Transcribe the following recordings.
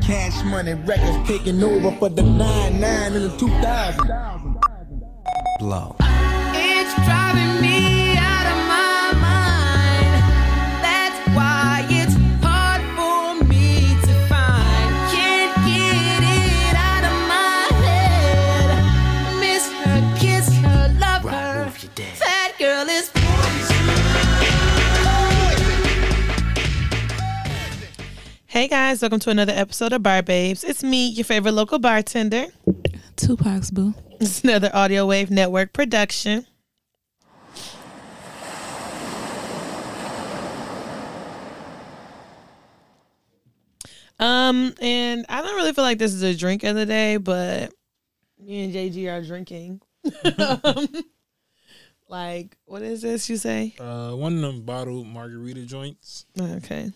Cash money records taking over for the 9 9 in the 2000. Blow. It's driving me out of my mind. That's why it's hard for me to find. Can't get it out of my head. Miss her, kiss her, love her. That girl is Hey guys, welcome to another episode of Bar Babes. It's me, your favorite local bartender. Tupac's boo. It's another Audio Wave Network production. Um, and I don't really feel like this is a drink of the day, but me and JG are drinking. like, what is this you say? Uh, one of them bottled margarita joints. Okay.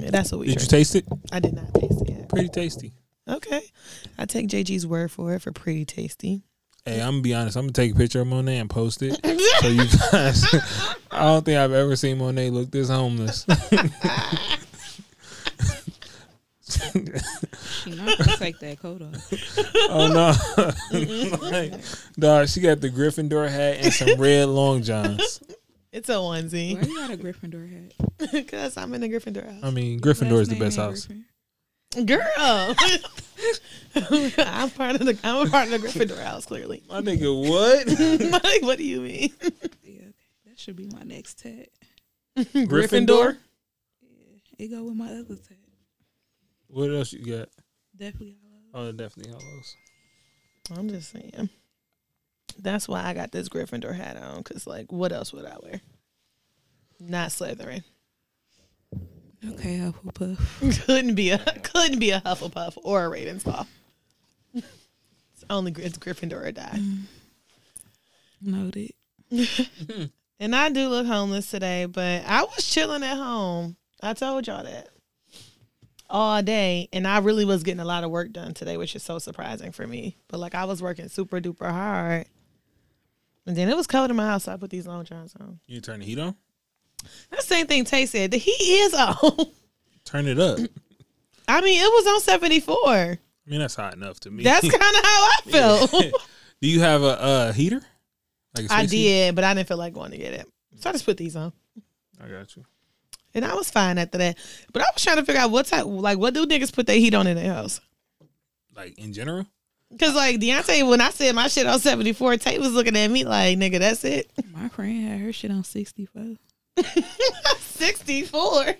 Yeah, that's what we Did you drink. taste it? I did not taste it yet. Pretty tasty. Okay. I take JG's word for it for pretty tasty. Hey, I'm gonna be honest. I'm gonna take a picture of Monet and post it. so you guys, I don't think I've ever seen Monet look this homeless. She not gonna take that coat off. oh no, like, dog, she got the Gryffindor hat and some red long johns. It's a onesie. Why you got a Gryffindor hat? Because I'm in a Gryffindor house. I mean, Gryffindor Last is the name best ain't house. Griffin. Girl. I'm part of the I'm part of the Gryffindor house, clearly. My nigga, what? like, what do you mean? Yeah, okay. that should be my next tat. Gryffindor? It go with my other tat. What else you got? Definitely. I love. Oh, definitely hollows. I'm just saying. That's why I got this Gryffindor hat on, because like what else would I wear? Not Slytherin. Okay, Hufflepuff. Couldn't be a couldn't be a Hufflepuff or a Ravenclaw. It's only Gry- it's Gryffindor or die. Noted. And I do look homeless today, but I was chilling at home. I told y'all that all day. And I really was getting a lot of work done today, which is so surprising for me. But like I was working super duper hard. And then it was cold in my house, so I put these long johns on. You turn the heat on. That's the same thing Tay said. The heat is on. Turn it up. I mean, it was on 74. I mean, that's hot enough to me. That's kind of how I felt. Do you have a uh, heater? Like a I space heater? did, but I didn't feel like going to get it. So I just put these on. I got you. And I was fine after that. But I was trying to figure out what type, like, what do niggas put their heat on in their house? Like in general, Cause like Deontay, when I said my shit on seventy four, Tate was looking at me like, "Nigga, that's it, My friend had her shit on sixty four. sixty four.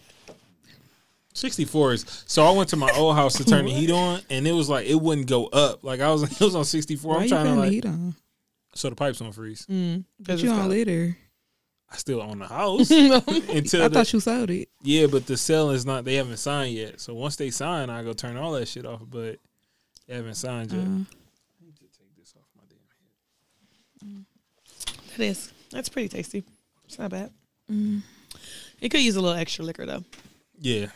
sixty four is. So I went to my old house to turn the heat on, and it was like it wouldn't go up. Like I was, it was on sixty four. Why I'm you trying to putting the like, heat on? Mm. so the pipes don't freeze. But you on litter. I still own the house until I the- thought you sold it. yeah, but the sale is not. They haven't signed yet. So once they sign, I go turn all that shit off. But they haven't signed yet. Uh. That is, that's pretty tasty. It's not bad. Mm. It could use a little extra liquor though. Yeah,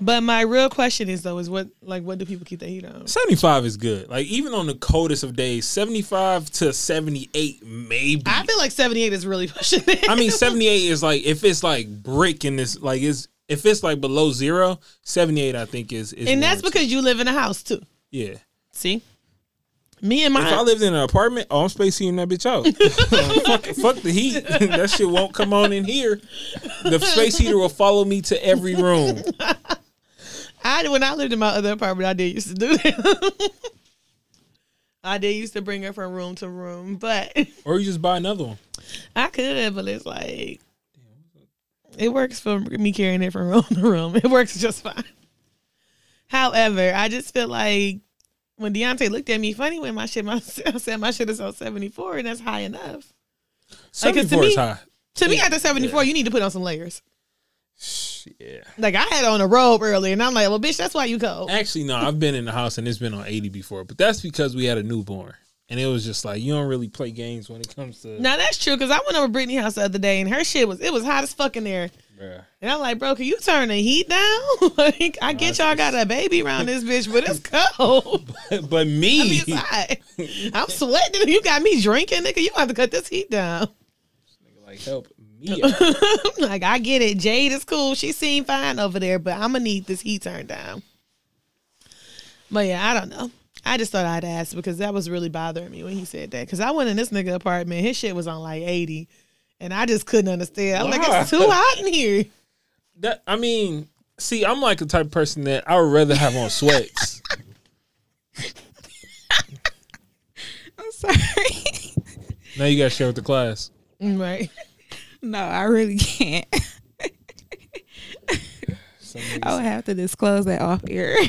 But my real question is though, is what like what do people keep their heat on? seventy five is good. Like even on the coldest of days, seventy five to seventy eight maybe. I feel like seventy eight is really pushing it. I mean, 78 is like if it's like brick in this, like it's if it's like below zero, 78 I think is. is and that's warranted. because you live in a house too. yeah. See, me and my If I lived in an apartment, oh, I'm space heating that bitch out. fuck, fuck the heat. that shit won't come on in here. The space heater will follow me to every room. I when I lived in my other apartment, I did used to do that. I did used to bring her from room to room, but. Or you just buy another one. I could, but it's like it works for me carrying it from room to room. It works just fine. However, I just feel like when Deontay looked at me funny when my shit, my, I said my shit is on seventy four, and that's high enough. Like, 'cause to 74 is me- high. To me, after seventy four, you need to put on some layers. Yeah. Like I had on a robe earlier, and I'm like, well, bitch, that's why you cold. Actually, no, I've been in the house and it's been on 80 before, but that's because we had a newborn. And it was just like, you don't really play games when it comes to. Now that's true because I went over Brittany house the other day, and her shit was it was hot as fuck in there. Bruh. And I'm like, bro, can you turn the heat down? like, I get y'all got a baby around this bitch, but it's cold. but me. I mean, it's hot. I'm sweating. You got me drinking, nigga. You have to cut this heat down. Like help me. out. like I get it. Jade is cool. She seemed fine over there, but I'm gonna need this heat turned down. But yeah, I don't know. I just thought I'd ask because that was really bothering me when he said that. Because I went in this nigga apartment, his shit was on like eighty, and I just couldn't understand. I'm like, Why? it's too hot in here. That I mean, see, I'm like the type of person that I would rather have on sweats. I'm sorry. now you gotta share with the class. Right. no, I really can't. I would have to disclose that off air.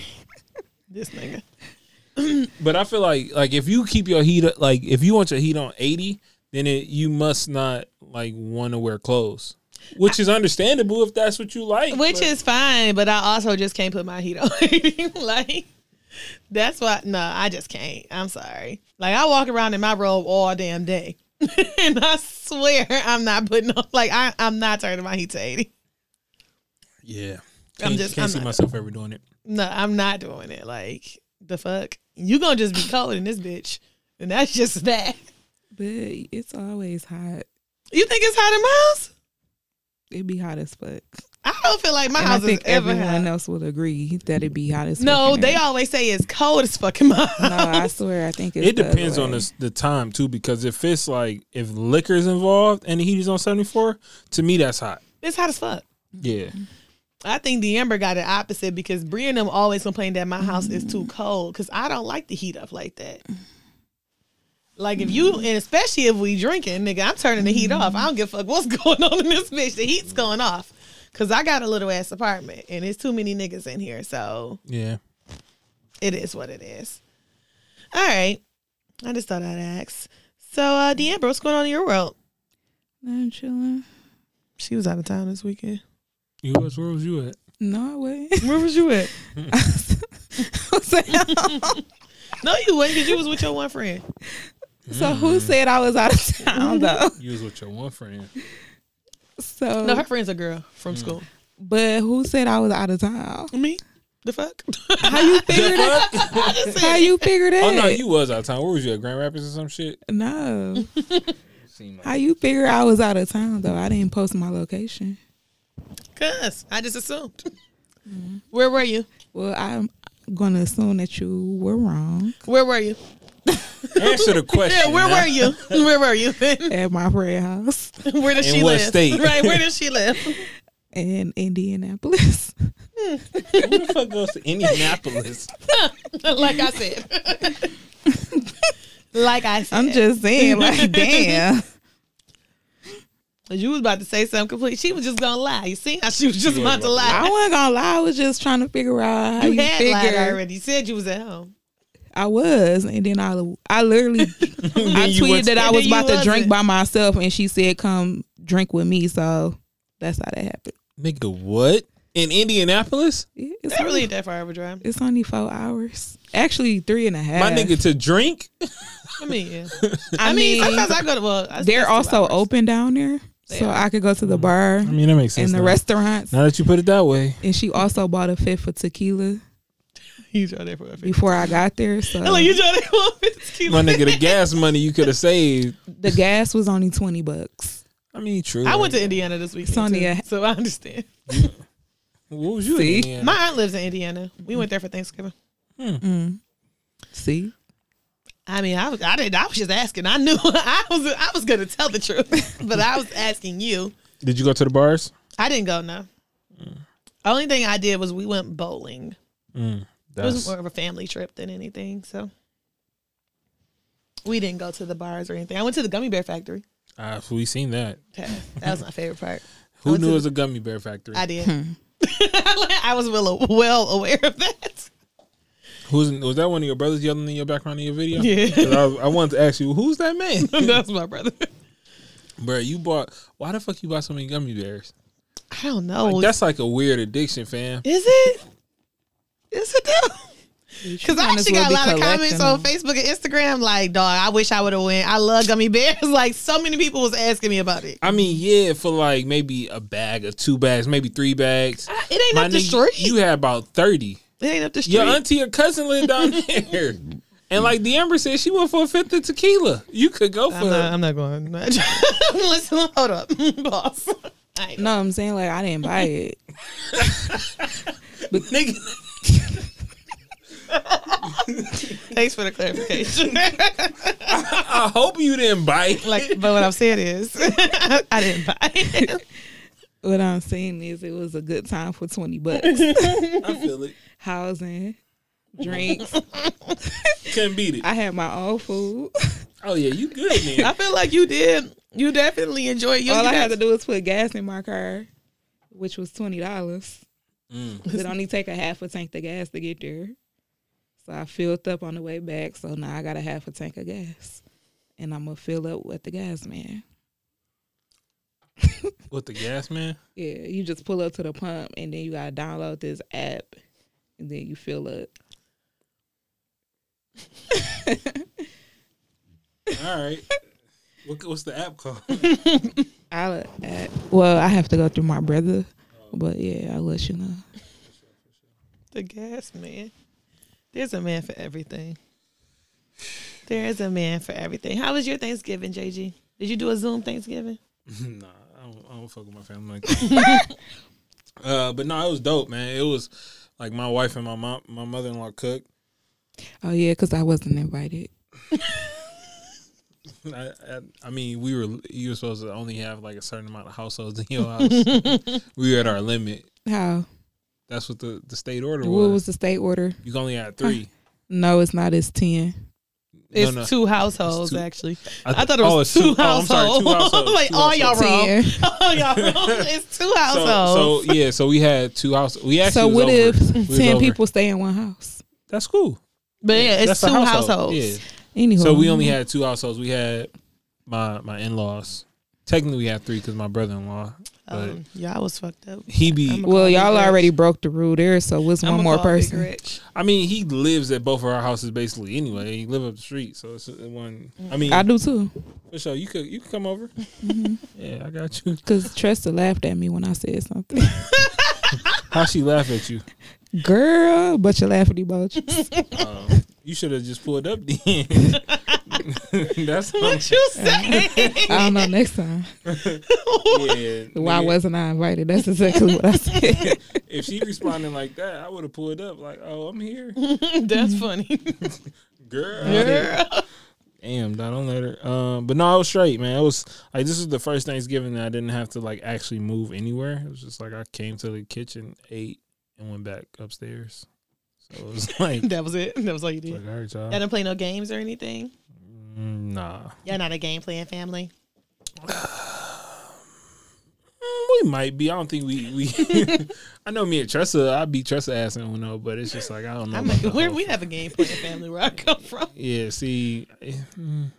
This nigga. But I feel like like if you keep your heat like if you want your heat on eighty, then it, you must not like want to wear clothes, which is understandable if that's what you like. Which but- is fine, but I also just can't put my heat on. like that's why no, I just can't. I'm sorry. Like I walk around in my robe all damn day. and I swear I'm not putting on like I, I'm not turning my heat to eighty. yeah. I'm Can't, just- can't I'm see not- myself ever doing it. No, I'm not doing it. Like the fuck? You gonna just be cold in this bitch. And that's just that. But it's always hot. You think it's hot in my house? It'd be hot as fuck. I don't feel like my And I house is think ever everyone hot. else would agree that it'd be hot as fuck. No, in they there. always say it's cold as fucking my house. No, I swear. I think it's It depends on the. other the, way. s- the time too, because if it's like if liquor's involved and the heat is on seventy four, to me that's hot. It's hot as fuck. Yeah, I think the Amber got it opposite because Brie and them always complain that my house is too cold because I don't like the heat up like that. Like if you and especially if we drinking, nigga, I'm turning the heat off. I don't give a fuck what's going on in this bitch. The heat's going off because I got a little ass apartment and it's too many niggas in here, so yeah. it is what it is. All right, I just thought I'd ask. So, uh, the Amber, what's going on in your world? I'm chilling. She was out of town this weekend. You was where was you at? No, I wouldn't. Where was you at? Who said- No, you wasn't because you was with your one friend. so who said I was out of town though? You was with your one friend. So, No, her friend's a girl from school. but who said I was out of town? Me? The fuck? How you figure that? How you figure that? oh no, you was out of town. Where was you at Grand Rapids or some shit? No. How you figure I was out of town though? I didn't post my location. Cuz I just assumed. Mm-hmm. Where were you? Well, I'm gonna assume that you were wrong Where were you? Answer the question. Yeah, where now. were you? Where were you? at my friend's house where did In she what live? state? Right, where did she live? in Indianapolis. Who the fuck goes to Indianapolis? like I said. like I said. I'm just saying, like, damn. you was about to say something complete. She was just gonna lie. You see how she was just was about to about to I lie. wasn't gonna lie. I was just trying to figure out how You you, had lied figure. already. You said you was at home. I was, and then I, I literally, I you tweeted went- that I and was then you about to wasn't. drink by myself, and she said, "Come drink with me." So that's how that happened. Nigga, what? In Indianapolis? Yeah, It's That really only, ain't that far of a drive. it's only four hours. Actually, three and a half. My nigga to drink? I mean, yeah. I, I mean, mean, sometimes I go to well, I- they're that's two also hours. open down there, so I could go to the bar Mm-hmm. I mean, that makes sense. and the now. restaurants. Now that you put it that way. And she also bought a fifth of tequila He's out there for a fee. before I got there, so Hello, you trying to come It's cute. My nigga, the gas money you could have saved. the gas was only twenty bucks. I mean, true. I went to Indiana this weekend, Sonia. too, so I understand. What was you See? in Indiana? My aunt lives in Indiana. We went there for Thanksgiving. See, I mean, I was I did I was just asking. I knew I was I was gonna tell the truth, but I was asking you. Did you go to the bars? I didn't go no. Mm. Only thing I did was we went bowling. It was That's, more of a family trip than anything, so we didn't go to the bars or anything. I went to the gummy bear factory. uh, we seen that. That was my favorite part. I Who went knew to it was a gummy bear factory? I did. I was well, well aware of that. Who's was that? One of your brothers yelling in your background in your video? Yeah. 'Cause I, I wanted to ask you, who's that man, That's my brother. bro? You bought? Why the fuck you bought so many gummy bears? I don't know. Like, that's like a weird addiction, fam. Is it? Is it though? Because I might as actually got well a be lot of comments collecting on them. Facebook and Instagram. Like, dog, I wish I would have went. I love gummy bears. Like, so many people was asking me about it. I mean, yeah, for like maybe a bag or two bags, maybe three bags. It ain't My up the nigga, street. You had about thirty. it ain't up the street. Your auntie or cousin lived down there, and like the Amber said, she went for a fifth of tequila. You could go for. I'm, not, I'm not going. Listen, hold up, boss. I ain't- no, I'm saying like I didn't buy it. Nigga. Thanks for the clarification. I hope you didn't bite. like, but what I'm saying is, I didn't buy. What I'm saying is, it was a good time for twenty bucks. I feel it. Housing, drinks. Couldn't beat it. I had my own food. Oh yeah, you good I then. feel like you did. You definitely enjoyed. You, All you I had to do was put gas in my car, which was twenty dollars. It only take a half a tank of gas to get there. So I filled up on the way back. So now I got a half a tank of gas, and I'm gonna fill up with the gas man. With the gas man? Yeah, you just pull up to the pump, and then you gotta download this app, and then you fill up. All right. What, what's the app called? I'll add, well, I have to go through my brother, but yeah, I'll let you know. the gas man. There's a man for everything. There is a man for everything. How was your Thanksgiving, JG? Did you do a Zoom Thanksgiving? nah, I don't, I don't fuck with my family like that. uh, but no, it was dope, man. It was like my wife and my mom, my mother in law cooked. Oh yeah, because I wasn't invited. I, I, I mean, we were you were supposed to only have like a certain amount of households in your house. we were at our limit. How? That's what the, the state order What was. was the state order? You can only had three. No, it's not. It's ten. It's no. two households two- actually. I, I thought it was it's two, oh, I'm households. sorry, two households. like two all y'all households. wrong. Ten. All Oh, y'all wrong. It's two households. So, so yeah, so we had two houses. We actually So was what over. if We was ten over. people stay in one house? That's cool. but yeah, it's That's a two household. households. Yeah. Anyway, So we only had two households. We had my my in laws. Technically, we had three because my brother in law. But Um, y'all was fucked up. he be. I'm a- Well, Big y'all Rich. already broke the rule there, so what's I'ma one more call Big person? Rich. I mean, he lives at both of our houses basically. Anyway, he live up the street, so it's uh, one. I mean, I do too, for sure. You could you could come over. Yeah, I got you. because Tresta laughed at me when I said something. How she laugh at you? Girl, but you laugh at emojis. Um, you should have just pulled up then. That's What you say? I don't know. Next time, yeah. why nigga. wasn't I invited? That's exactly what I said. if she responding like that, I would have pulled up like, oh, I'm here, That's funny. girl. Girl. Damn, dog, don't let her. Um, but no, I was straight, man. It was like this was the first Thanksgiving that I didn't have to like actually move anywhere. It was just like I came to the kitchen, ate, and went back upstairs. So it was like, That was it. That was all you did. like all right, Y'all y'all. didn't play no games or anything. Mm, Nah, Y'all not a game playing family. Mm, we might be. I don't think we we. I know me and Tressa. I beat Tressa ass in Uno, but it's just like I don't know. I about the mean, where whole- we have a game playing family where I come from. Yeah, see, eh, mm,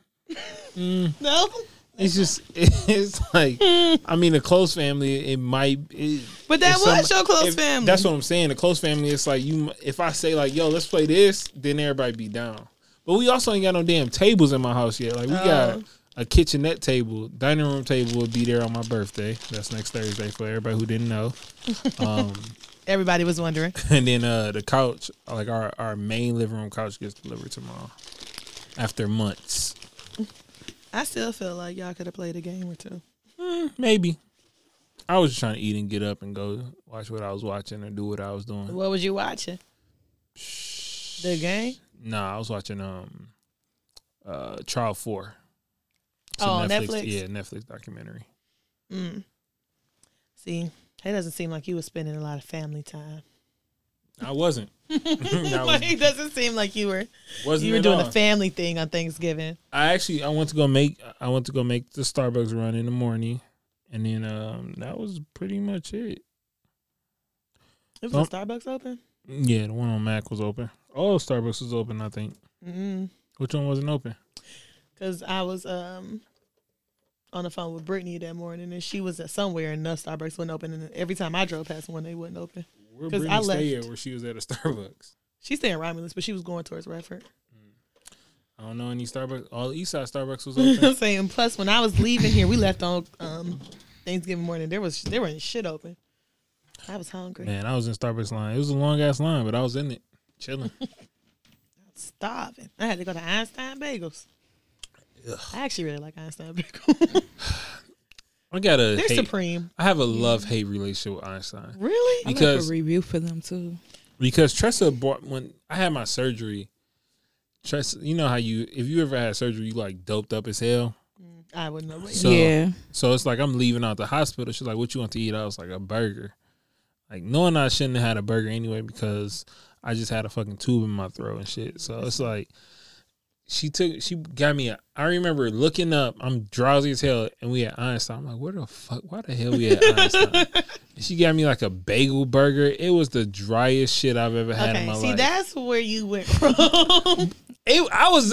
No, it's just it's like I mean a close family. It might. It, but that if was some- your close if- family. That's what I'm saying. The close family, it's like you. If I say like, "Yo, let's play this," then everybody be down. But we also ain't got no damn tables in my house yet. Like we got Oh. a kitchenette table, dining room table will be there on my birthday. That's next Thursday for everybody who didn't know. Um, everybody was wondering. and then uh, the couch, like our our main living room couch, gets delivered tomorrow after months. I still feel like y'all could have played a game or two. Eh, Maybe. I was just trying to eat and get up and go watch what I was watching or do what I was doing. What was you watching? The game. Nah, I was watching um uh Trial Four. It's a Oh, Netflix? Yeah, Netflix documentary. Mm. See, it doesn't seem like you were spending a lot of family time. I wasn't. I Like, was, it doesn't seem like you were wasn't you were at doing all. the family thing on Thanksgiving. I actually I went to go make I went to go make the Starbucks run in the morning, and then um that was pretty much it. It was Nope. a Starbucks open. Yeah, the one on Mac was open. Oh, Starbucks was open. I think. Which one wasn't open? Mm-hmm. Cause I was um on the phone with Brittany that morning, and she was at somewhere, and the Starbucks wouldn't open. And every time I drove past one, they wouldn't open. Where 'Cause Brittany I stay left. at where she was at a Starbucks. She's staying in Romulus, but she was going towards Redford. I don't know any Starbucks. All East Side Starbucks was open. I'm saying. Plus, when I was leaving here, we left on um, Thanksgiving morning. There was there wasn't shit open. I was hungry. Man, I was in Starbucks line. It was a long ass line, but I was in it, chilling. Starving. I had to go to Einstein Bagels. I actually really like Einstein Bagels. I got a. They're hate- supreme. I have a love hate relationship with Einstein Really? I left because a review for them too. because Tressa bought when I had my surgery, trust. You know how you if you ever had surgery, you like doped up as hell. I wouldn't know. So yeah. so it's like I'm leaving out the hospital. She's like, "What you want to eat?" I was like, "A burger." Like knowing I shouldn't have had a burger anyway because I just had a fucking tube in my throat and shit. So it's like she took she got me. A, I remember looking up. I'm drowsy as hell, and we at Einstein. I'm like, "Where the fuck? Why the hell we at Einstein?" And she got me like a bagel burger. It was the driest shit I've ever had in Okay, my see, life. that's where you went from. It- I was.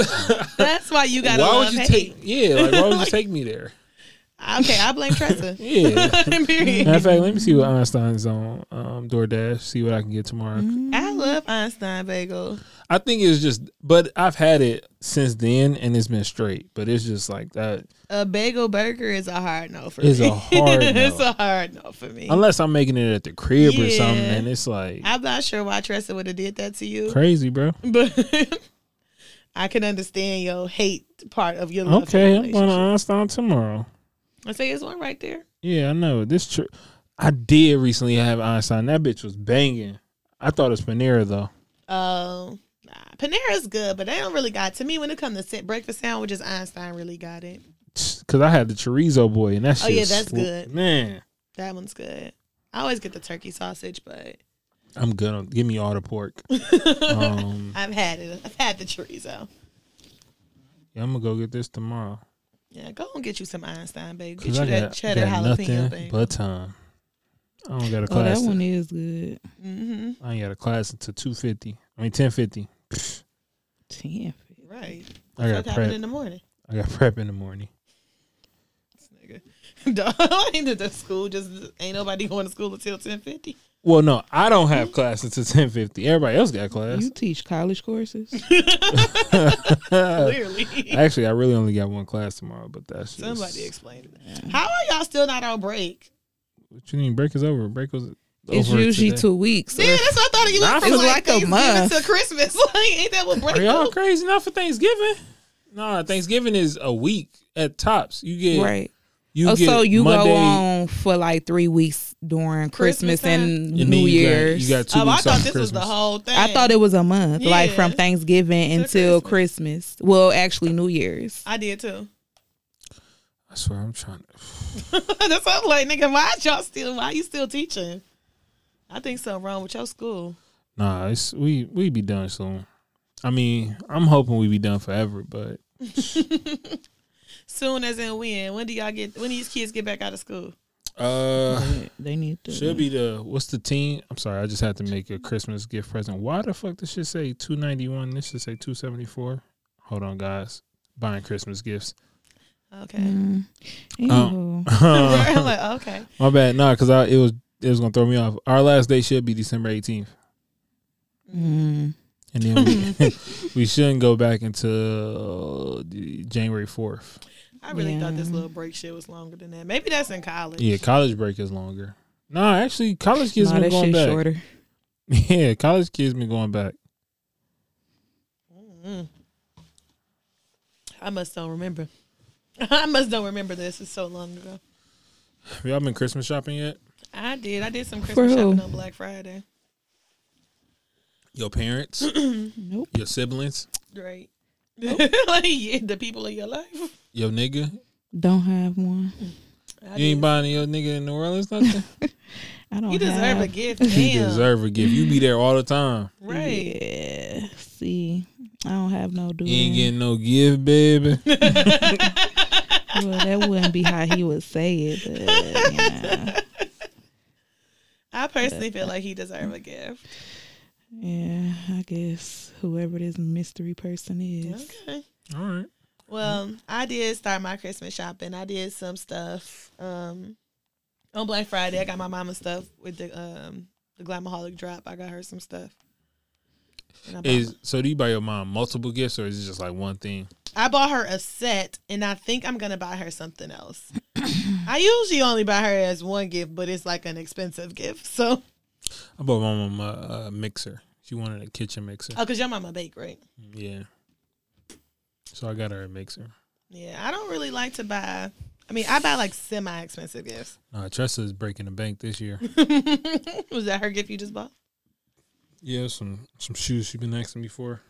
that's why you got to why love would you hate. take? Yeah, like why would you take me there? Okay, I blame Tressa. Yeah. Matter Period. of fact, let me see what Einstein's on um, DoorDash. See what I can get tomorrow. I love Einstein bagel. I think it's just, but I've had it since then, and it's been straight. But it's just like that. A bagel burger is a hard no for It's me. a hard no. it's a hard no for me. Unless I'm making it at the crib or Yeah. something, and it's like I'm not sure why Tressa would have did that to you, crazy, bro. but I can understand your hate part of your love. Okay, uh, Okay, I'm going to Einstein tomorrow. I say there's one right there. Yeah, I know this. Tr- I did recently have Einstein. That bitch was banging. I thought it was Panera though. Oh, nah. Panera's good, but they don't really got to me when it comes to sit breakfast sandwiches. Einstein really got it. Cause I had the chorizo boy, and that Oh, shit. yeah, that's sw- good. man. That one's good. I always get the turkey sausage, but I'm good. on Give me all the pork. um, I've had it. I've had the chorizo. yeah, I'm gonna go get this tomorrow. Yeah, go and get you some Einstein, baby. Get 'Cause you I that got, cheddar got jalapeno, nothing baby. but time. I don't got a Oh, that class. one is good. mm-hmm. I ain't got a class until two fifty. I mean ten fifty. Ten. Right. I What got happened in prep. the morning? I got prep in the morning. Dog, I ain't at the school. Just ain't nobody going to school until ten fifty. Well, no, I don't have class until ten fifty. Everybody else got class. You teach college courses? Uh, Clearly, Actually, I really only got one class tomorrow, but that's just, somebody explained it. How are y'all still not on break? What you mean? Break is over. Break was. It's over usually today. two weeks. Yeah, that's what I thought. You went from It was like, like a Thanksgiving month. to Christmas. Like, ain't that what break? Are y'all do? crazy? Not for Thanksgiving. Nah, Thanksgiving is a week at tops. You get Right. You oh, get so you Monday, go on for like three weeks during Christmas Christmas, and, and then New you got- Year's. you got two Oh, I weeks thought off this Christmas. was the whole thing. I thought it was a month, like from Yeah. Thanksgiving To until Christmas. Well, actually, New Year's. I did too. I swear, I'm trying to. That's what I'm like, nigga. Why is y'all still? Why you still teaching? I think something wrong with your school. Nah, it's we we be done soon. I mean, I'm hoping we be done forever, but Soon as in when? When do y'all get? When these kids get back out of school? uh They- they need to. should be the what's the team? I'm sorry, I just had to make a Christmas gift present. Why the fuck this should say 291? This should say 274. Hold on, guys. Buying Christmas gifts. Okay. Mm. Um, Anywho. I'm My like, okay. bad. Nah, cause I it was it was gonna throw me off. Our last day should be December 18th, Mm. and then we, we shouldn't go back until the- January 4th. I really thought this Yeah. little break shit was longer than that. Maybe that's in college. Yeah, college break is longer. Nah, actually, college kids Nah, been that going shit back. shorter. Yeah, college kids been going back. Mm. I must don't remember. I must don't remember this. It's so long ago. Have y'all been Christmas shopping yet? I did. I did some For Christmas who? shopping on Black Friday. Your parents, Nope. your siblings, Great. like yeah, the people of your life. your nigga. Don't have one. I You ain't did. buying your nigga in New Orleans nothing. I don't. you deserve have. a gift. Damn. you deserve a gift. You be there all the time. Right. Yeah. See, I don't have no dude. You ain't getting no gift, baby. well, that wouldn't be how he would say it. But, yeah. I personally feel like he deserves a gift. yeah, I guess whoever this mystery person is. Okay. All right. Well, I did start my Christmas shopping. I did some stuff um, on Black Friday. I got my mama stuff with the um, the Glamaholic drop. I got her some stuff. And I, bought, Is so? Do you buy your mom multiple gifts, or is it just like one thing? I bought her a set, and I think I'm gonna buy her something else. I usually only buy her as one gift, but it's like an expensive gift. So, I bought my mom a, a mixer. She wanted a kitchen mixer. oh, cause your mama bake, right? Yeah. So I got her a mixer. Yeah, I don't really like to buy. I mean, I buy like semi expensive gifts. Uh, Tressa is breaking the bank this year. Was that her gift you just bought? yeah, some some shoes she been asking me for.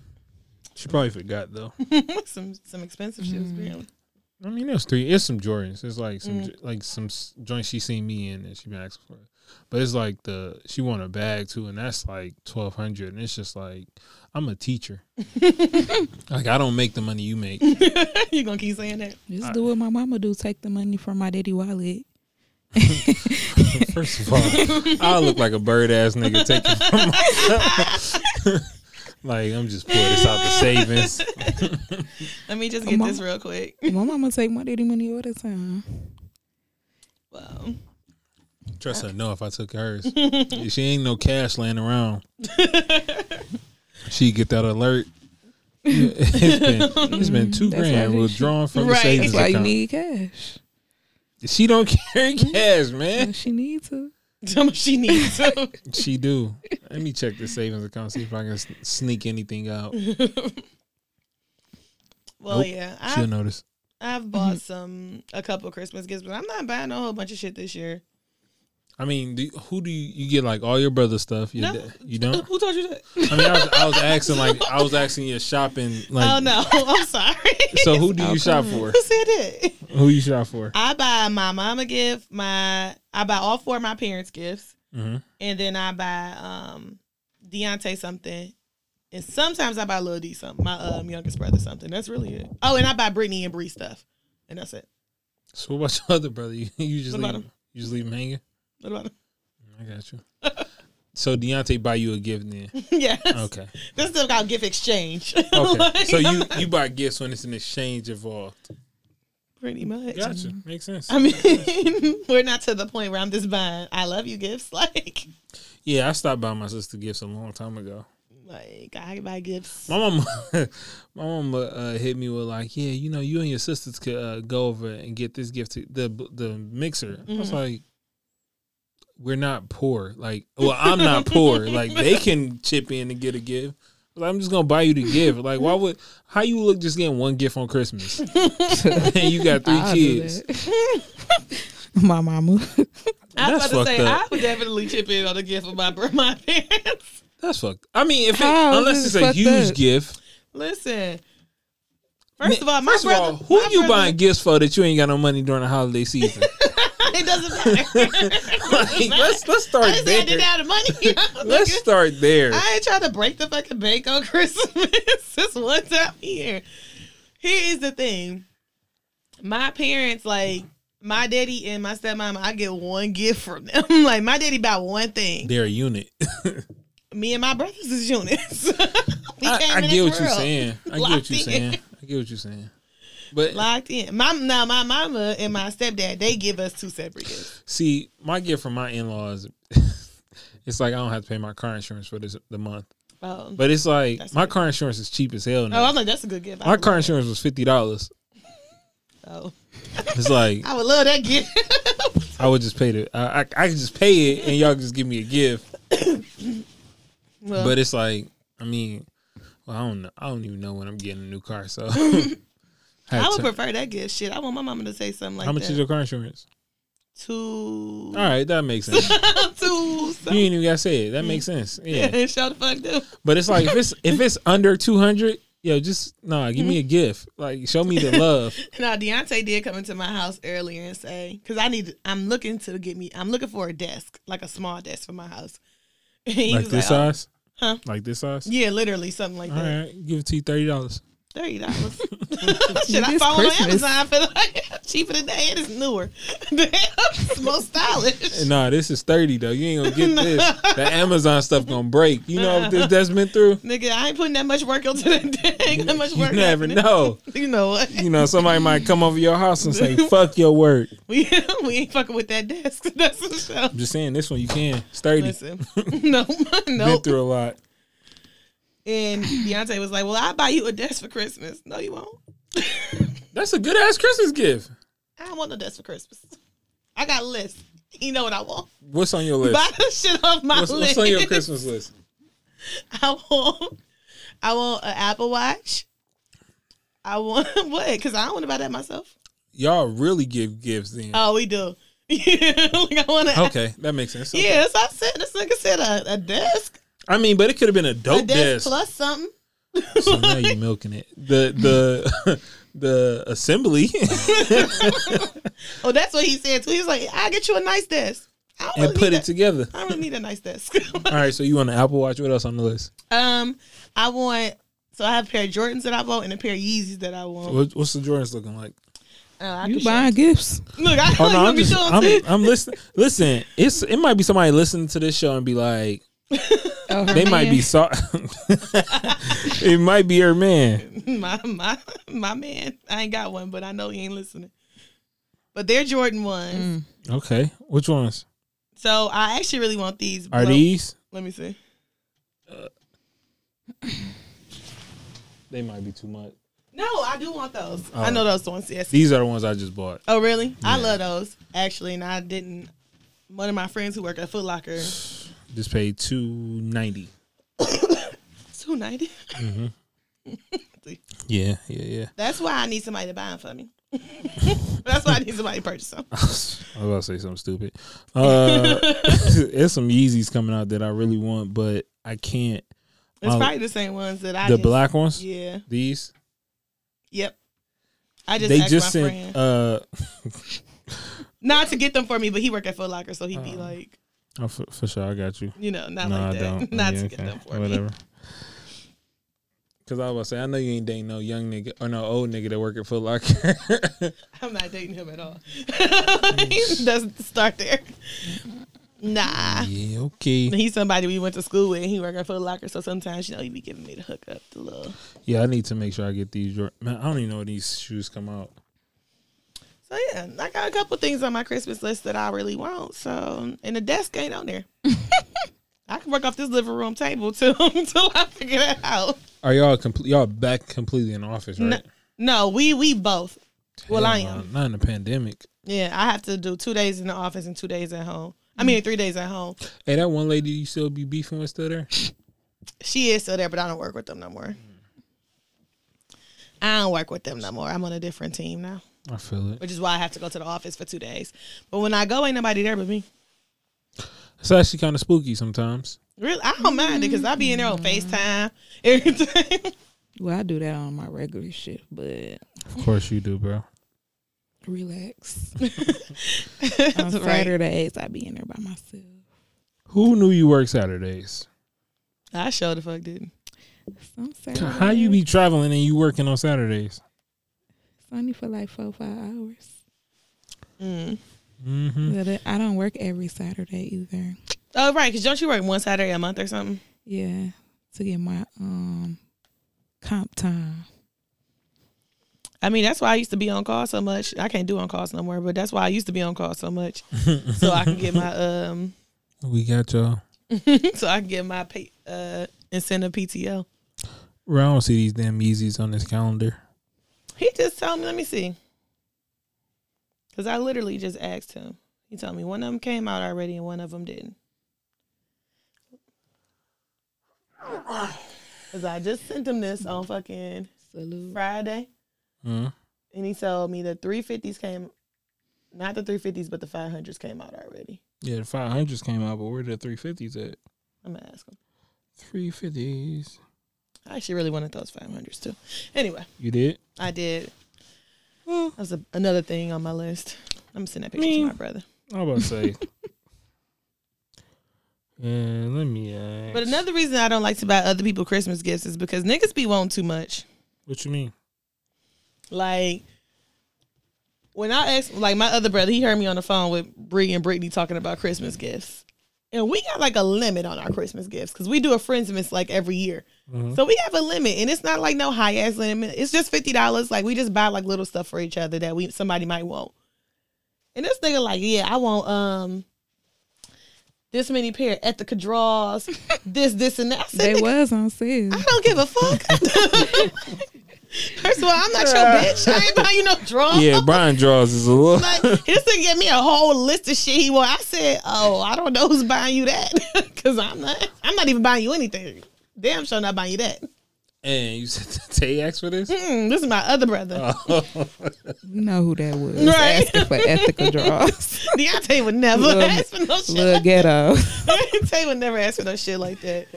She probably forgot though. some some expensive shoes, apparently. I mean, there's three. It's some Jordans. It's like some j like some s- joints she seen me in, and she been asking for it. But it's like the she want a bag too, and that's like twelve hundred. And it's just like I'm a teacher. like I don't make the money you make. you gonna keep saying that? Just do what my mama do. Take the money from my daddy wallet. First of all, I look like a bird ass nigga taking from myself. like I'm just pulling this out the savings. Let me just get Mom. this real quick. My mama take my daddy money all the time. Wow. Trust her, no, if I took hers. she ain't no cash laying around. she get that alert. it's been it's been two That's grand why you- withdrawn from the Right. savings That's why you account. need cash. she don't carry cash, man. When she needs to. Tell me she needs to. She do. Let me check the savings account see if I can s- sneak anything out. well, Nope. yeah. She'll I've, notice. I've bought some, a couple Christmas gifts, but I'm not buying a whole bunch of shit this year. I mean, do, you- who do you, you get like all your brother stuff? Your No. da- you don't. Who told you that? I mean, I was, I was asking like I was asking your shopping like. oh, no. I'm sorry. So who do you shop for? Who said that? Who you shop for? I buy my mama gift, my I buy all four of my parents' gifts, Mhm. and then I buy um Deontay something, and sometimes I buy Lil D something, my um youngest brother something. That's really it. Oh, and I buy Brittany and Bree stuff, and that's it. So what about your other brother? You, you just What about leave him. You just leave him hanging. What about him? I got you. so Deontay buy you a gift then? yes, Okay. this is about gift exchange. Okay. Like, so you you buy gifts when it's an exchange involved. pretty much. Gotcha. Makes sense. I mean, we're not to the point where I'm just buying I love you gifts. Like, Yeah, I stopped buying my sister gifts a long time ago. like I buy gifts. My mom, my mom uh, hit me with like, yeah, you know, you and your sisters could uh, go over and get this gift to the the mixer. I Mm-hmm. was like, we're not poor. Like, well, I'm not poor. like, they can chip in and get a gift. But I'm just gonna buy you the gift. Like, why would how you look just getting one gift on Christmas? and you got 3 I'll do kids. that. my mama. I was That's about to fucked say up. I would definitely chip in on the gift of my my parents. That's fucked. I mean, if it, How? unless This is it's a fucked huge up. gift. Listen. First of all, my First of brother, all, who my you brother- buying gifts for that you ain't got no money during the holiday season? It doesn't matter. like, let's let's start I just there. said I didn't have the money. Let's Nigga, start there. I ain't trying to break the fucking bank on Christmas. this one time here. Here is the thing. My parents, like my daddy and my stepmom, I get one gift from them. like my daddy buy one thing. They're a unit. Me and my brothers is units. we I, came I in get this what you're world. saying. I get what Locked you're in. saying. I get what you're saying. But Locked in. My now my mama and my stepdad, they give us two separate gifts. see, my gift from my in laws, it's like I don't have to pay my car insurance for this the month. Oh. But it's like That's my car insurance is cheap as hell Oh, now. I'm like, that's a good gift. I my would car love insurance was fifty dollars. that. Oh, It's like I would love that gift. I would just pay the I I, I could just pay it and y'all could just give me a gift. well, But it's like, I mean, well, I don't know. I don't even know when I'm getting a new car. So I, I had would to- prefer that gift. Shit, I want my mama to say something like How much that. is your car insurance? two, All right, that makes sense. two, you something. ain't even gotta say it. That makes sense. Yeah. Show the fuck do. But it's like if it's if it's under two hundred, yo, just nah, give me a gift. Like show me the love. Now Deontay did come into my house earlier and say, because I need, I'm looking to get me, I'm looking for a desk, like a small desk for my house. And he like was this like, oh, size? Huh? Like this size? Yeah, literally something like All that. right, give it to you thirty dollars. Thirty dollars. Shit, I Nigga, it's follow on Christmas. Amazon for like cheaper than that. It is newer. Damn, it's more stylish. Nah, this is thirty though. You ain't gonna get this. The Amazon stuff gonna break. You know what this that's been through? Nigga, I ain't putting that much work into that day. That much You work. never happening. know. You know what? You know, somebody might come over your house and say, Fuck your word. We, we ain't fucking with that desk. That's for sure. I'm just saying this one you can. It's thirty. Listen, no, Been no. through a lot. And Beyonce was like, "Well, I'll buy you a desk for Christmas." No, you won't. That's a good ass Christmas gift. I don't want no desk for Christmas. I got a list. You know what I want? What's on your list? Buy the shit off my What's, list. what's on your Christmas list? I want, I want an Apple Watch. I want what? Because I don't want to buy that myself. Y'all really give gifts then. Oh, we do. Yeah, like I want to. Okay, that makes sense. Okay. Yeah, that's what I said. This nigga said a, a desk, I mean, but it could have been a a dope desk desk. plus something. So now you're milking it. The the the assembly Oh, that's what he said too. He was like, "I'll get you a nice desk. I don't and really put need it that- together. I don't really need a nice desk." All right, so you want an Apple Watch? What else on the list? um, I want. So I have a pair of Jordans that I want and a pair of Yeezys that I want. What, what's the Jordans looking like? Oh, I can You show you. buying gifts? Look, I like Oh no, what I'm we just doing I'm, too. I'm listening. Listen, it's it might be somebody listening to this show and be like, Oh, her they might be man. sorry. it might be her man. my my my man. I ain't got one, but I know he ain't listening. But they're Jordan ones. Mm. Okay, which ones So I actually really want these. are blow- these? Let me see. They might be too much. No, I do want those. I know those ones. Yes. Oh. These are the ones I just bought. Oh, really? I love those actually, and I didn't. One of my friends who work at Foot Locker, Just paid two ninety. two ninety. Yeah, yeah, That's why I need somebody to buy them for me. That's why I need somebody to purchase them. yeah. I was about to say something stupid. Uh, there's some Yeezys coming out that I really want, but I can't. It's Oh, probably the same ones that I the just- black ones. Yeah. These. Yep. I just they asked just my sent. friend Uh, not to get them for me, but he work at Foot Locker, so he'd be like, oh, for, for sure, I got you. you know, not no, like I that. don't. Oh, Not Yeah, to get okay. them for me. Whatever. Cause I was about to say, I know you ain't dating no young nigga or no old nigga that work at Foot Locker. I'm not dating him at all. Doesn't start there. Nah. yeah, okay. He's somebody we went to school with. He work at Foot Locker, so sometimes you know he be giving me the hookup, the little. Yeah, I need to make sure I get these. Jord- Man, I don't even know when these shoes come out. So yeah, I got a couple things on my Christmas list that I really want. So and the desk ain't on there. I can work off this living room table till until I figure that out. Are y'all complete? Y'all back completely in the office, right? No, we we both. Well, I Hell no, am. not in the pandemic. Yeah, I have to do two days in the office and two days at home. I mean, three days at home. Hey, that one lady you still be beefing with still there? She is still there, but I don't work with them no more. Mm-hmm. I don't work with them no more. I'm on a different team now, I feel it. which is why I have to go to the office for two days. But when I go, ain't nobody there but me. It's actually kind of spooky sometimes. Really, I don't mind it because I be in there on FaceTime, everything. Well, I do that on my regular shit, but Of course you do, bro. relax. on That's right. Saturdays, I be in there by myself. Who knew you work Saturdays? I sure the fuck didn't. Some Saturdays, How you be traveling and you working on Saturdays? it's only for like four five hours. Mm. Mm-hmm. But it- I don't work every Saturday either. Oh right, because don't you work one Saturday a month or something? Yeah, to get my um comp time. I mean, that's why I used to be on call so much. I can't do on calls no more, but that's why I used to be on call so much, so I can get my um, We got y'all. so I can get my pay, uh incentive PTO. Bro, I don't see these damn Yeezys on this calendar. He just told me. Let me see, because I literally just asked him. He told me one of them came out already and one of them didn't. Cause I just sent him this on fucking Salute. Friday. Mm. and he told me the 350s came not the 350s but the 500s came out already Yeah, the 500s came out, but where the 350s at? i'm gonna ask him 350s. i actually really wanted those 500s too anyway You did? i did that was a, another thing on my list i'm sending that picture Me. to my brother I was about to say. yeah, let me ask. but another reason i don't like to buy other people christmas gifts is because niggas be wanting too much What you mean? Like when I asked, like my other brother, he heard me on the phone with Bree and Brittany talking about Christmas gifts, and we got like a limit on our Christmas gifts because we do a friends miss like every year, so we have a limit, and it's not like no high ass limit. It's just fifty dollars. Like we just buy like little stuff for each other that we somebody might want. And this nigga like, yeah, I want um this many pair Ethica draws, this, this, and that. I said, They "Nigga, was on sale. I don't give a fuck. First of all, I'm not your bitch. I ain't buying you no drum. Yeah, Brian draws is a little. Like, this thing gave me a whole list of shit he want. I said, oh, I don't know who's buying you that. Cause I'm not I'm not even buying you anything. Damn sure not buying you that. and you said Tay asked for this? Mm, this is my other brother. Oh. You know who that was? Right. Asking for ethical draws. Deontay would never Little- ask for no shit. Little Like, ghetto. Deontay would never ask for no shit like that.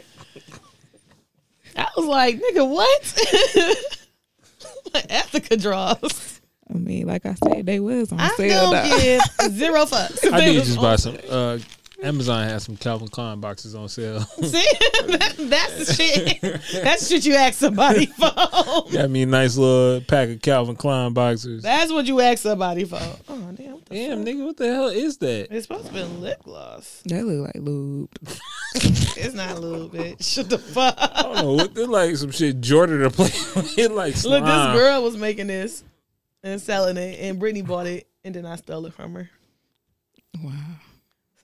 I was like, nigga, what? Ethica draws. I mean, like I said, they was on I sale. don't Though. give zero fucks. I They need to was just on- buy some. Uh, Amazon has some Calvin Klein boxes on sale. See, that, that's the shit. That's shit you ask somebody for. Got me a nice little pack of Calvin Klein boxers. That's what you ask somebody for. Oh damn! what the Damn, fuck? nigga, what the hell is that? It's supposed to be lip gloss. They look like lube. It's not lube, bitch. Shut the fuck. I don't know. What, they're like some shit Jordan to play with. It like Look, slime. this girl was making this and selling it, and Brittany bought it, and then I stole it from her. Wow.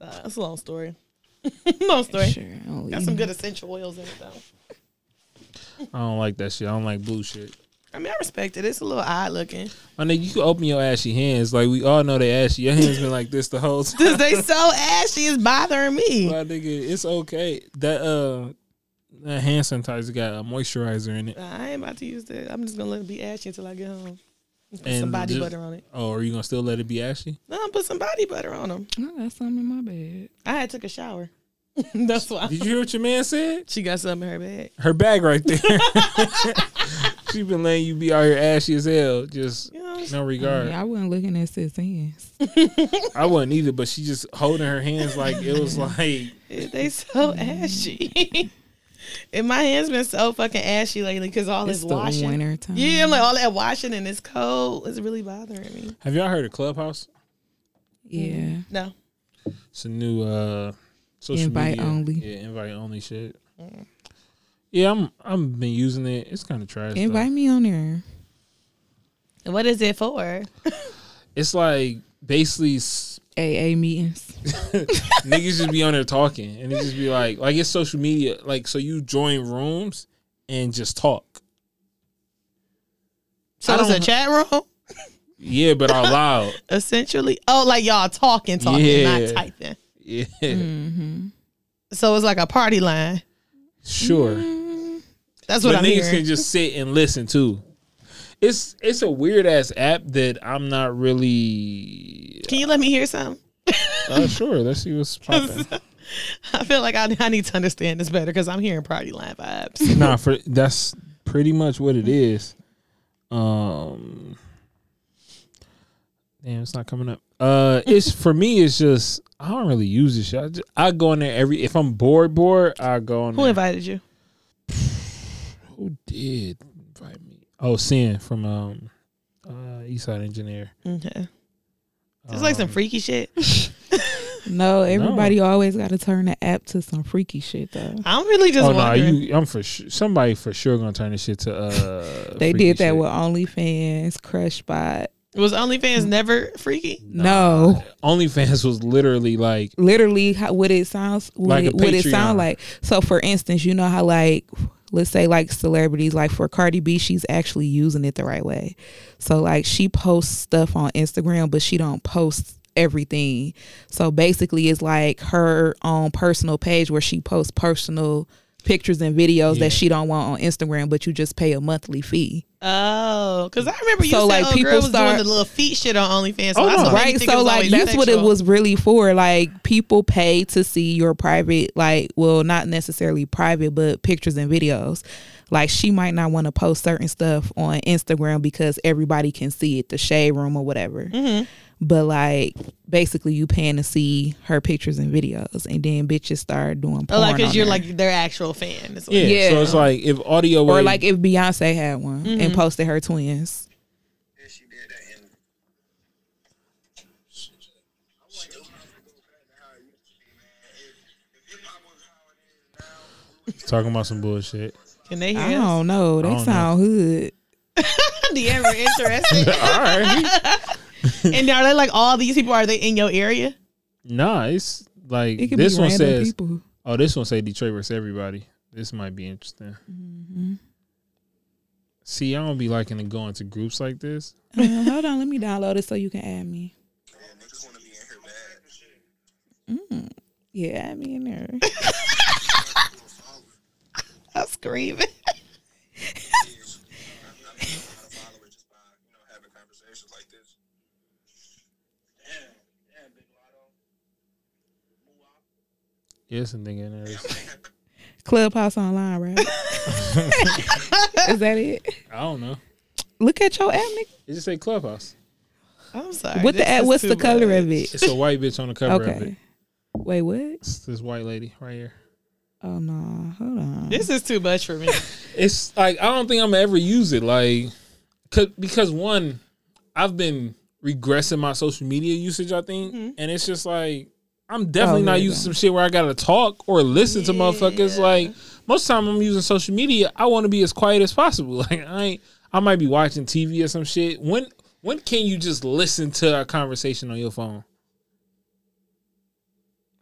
So it's a long story. long story. Sure. I'll Got eat some it. good essential oils in it though. I don't like that shit. I don't like blue shit. I mean, I respect it. It's a little odd looking. My nigga, you can open your ashy hands. Like we all know they ashy. Your hands been like this the whole time. Cause they so ashy, it's bothering me. My nigga, it's okay. That uh, that hand sanitizer got a moisturizer in it. I ain't about to use that. I'm just gonna let it be ashy until I get home. Put And some body just- butter on it. Oh, are you gonna still let it be ashy? No, I put some body butter on them. No, that's something in my bed. I had took a shower. That's why Did you hear what your man said? she got something in her bed. Her bag right there. she been letting you be out here ashy as hell. Just You know, no regard. Yeah, I wasn't looking at sis hands. I wasn't either, but she just holding her hands like it was like Yeah, They so ashy. and my hands been so fucking ashy lately because all It's this the washing. winter time. Yeah, I'm like all that washing and it's cold. It's really bothering me. Have y'all heard of Clubhouse? Yeah. No, It's a new uh social Invite media. only. Yeah, invite only shit. Yeah, I'm I'm been using it. It's kind of trash. though. Invite me on there. what is it for? It's like basically s- AA meetings. niggas just be on there talking and it just be like like it's social media like so you join rooms and just talk. So I it's a don't- chat room, Yeah, but out loud. essentially. Oh, like y'all talking, talking, Yeah. not typing. Yeah, Mm. Mm-hmm. So it's like a party line. sure. Mm. That's what but I'm niggas hearing. can just sit and listen too. It's it's a weird ass app that I'm not really can you let me hear something? uh, sure. Let's see what's popping. I feel like I, I need to understand this better because I'm hearing party line vibes. nah, for that's pretty much what it is. Um, damn, it's not coming up. Uh, it's for me. It's just I don't really use this shit. I, just, I go in there every if I'm bored, bored. I go on. Who there. invited you? Who did invite me? Oh, Sin from um, uh, Eastside Engineer. Okay. It's like some Um, freaky shit. No, everybody always got to turn the app to some freaky shit though. I'm really just Oh no, wondering. you! I'm for sure. Somebody for sure gonna turn this shit to. uh They freaky did that shit. with OnlyFans, Crushbot. Was OnlyFans never freaky? No, OnlyFans was literally like literally, how, what it sounds, what, Like a it, what it Patreon. sound like. So, for instance, you know how like, let's say like celebrities, like for Cardi B, she's actually using it the right way. So, like, she posts stuff on Instagram, but she don't post everything. So basically, it's like her own personal page where she posts personal pictures and videos Yeah. that she don't want on Instagram, but you just pay a monthly fee. Oh, because I remember you So, said like, oh, people girl was start- doing the little feet shit on OnlyFans. So Oh, that's no. what made me right think it so was like always that's what it sexual. was really for like people pay to see your private like well not necessarily private but pictures and videos like she might not want to post certain stuff on instagram because everybody can see it the shade room or whatever Mm-hmm. but like basically you paying to see her pictures and videos and then bitches start doing porn Oh, like because on you're her. like their actual fan. is what- yeah. Yeah. So it's like if audio or wave- like if beyonce had one Mm-hmm. and posted her twins talking about some bullshit. Can they i hear us? don't know they don't know. sound hood The ever interested. All right. and are they like all these people? Are they in your area? Nah, it's like it could this be one random says. people Oh, this one say Detroit versus everybody. This might be interesting. Mm-hmm. See, I don't be liking to go into groups like this. Uh, hold on, let me download it so you can add me. Mm, yeah, add me in there. I'm screaming. Yes, and nigga in there. Clubhouse online, right? Is that it? I don't know. Look at your app, nigga. It just say Clubhouse. I'm sorry. What the this app? is What's too the color much. of it? It's a white bitch on the cover of it. Okay. Wait, what? It's this white lady right here. Oh no, hold on. This is too much for me. It's like I don't think I'm gonna ever use it. Like, cause, because one, I've been regressing my social media usage. I think, Mm-hmm. and it's just like I'm definitely Oh, not there you using go. some shit where I gotta talk or listen to motherfuckers. Like most of the time, I'm using social media. I want to be as quiet as possible. Like I, ain't, I might be watching TV or some shit. When when can you just listen to a conversation on your phone?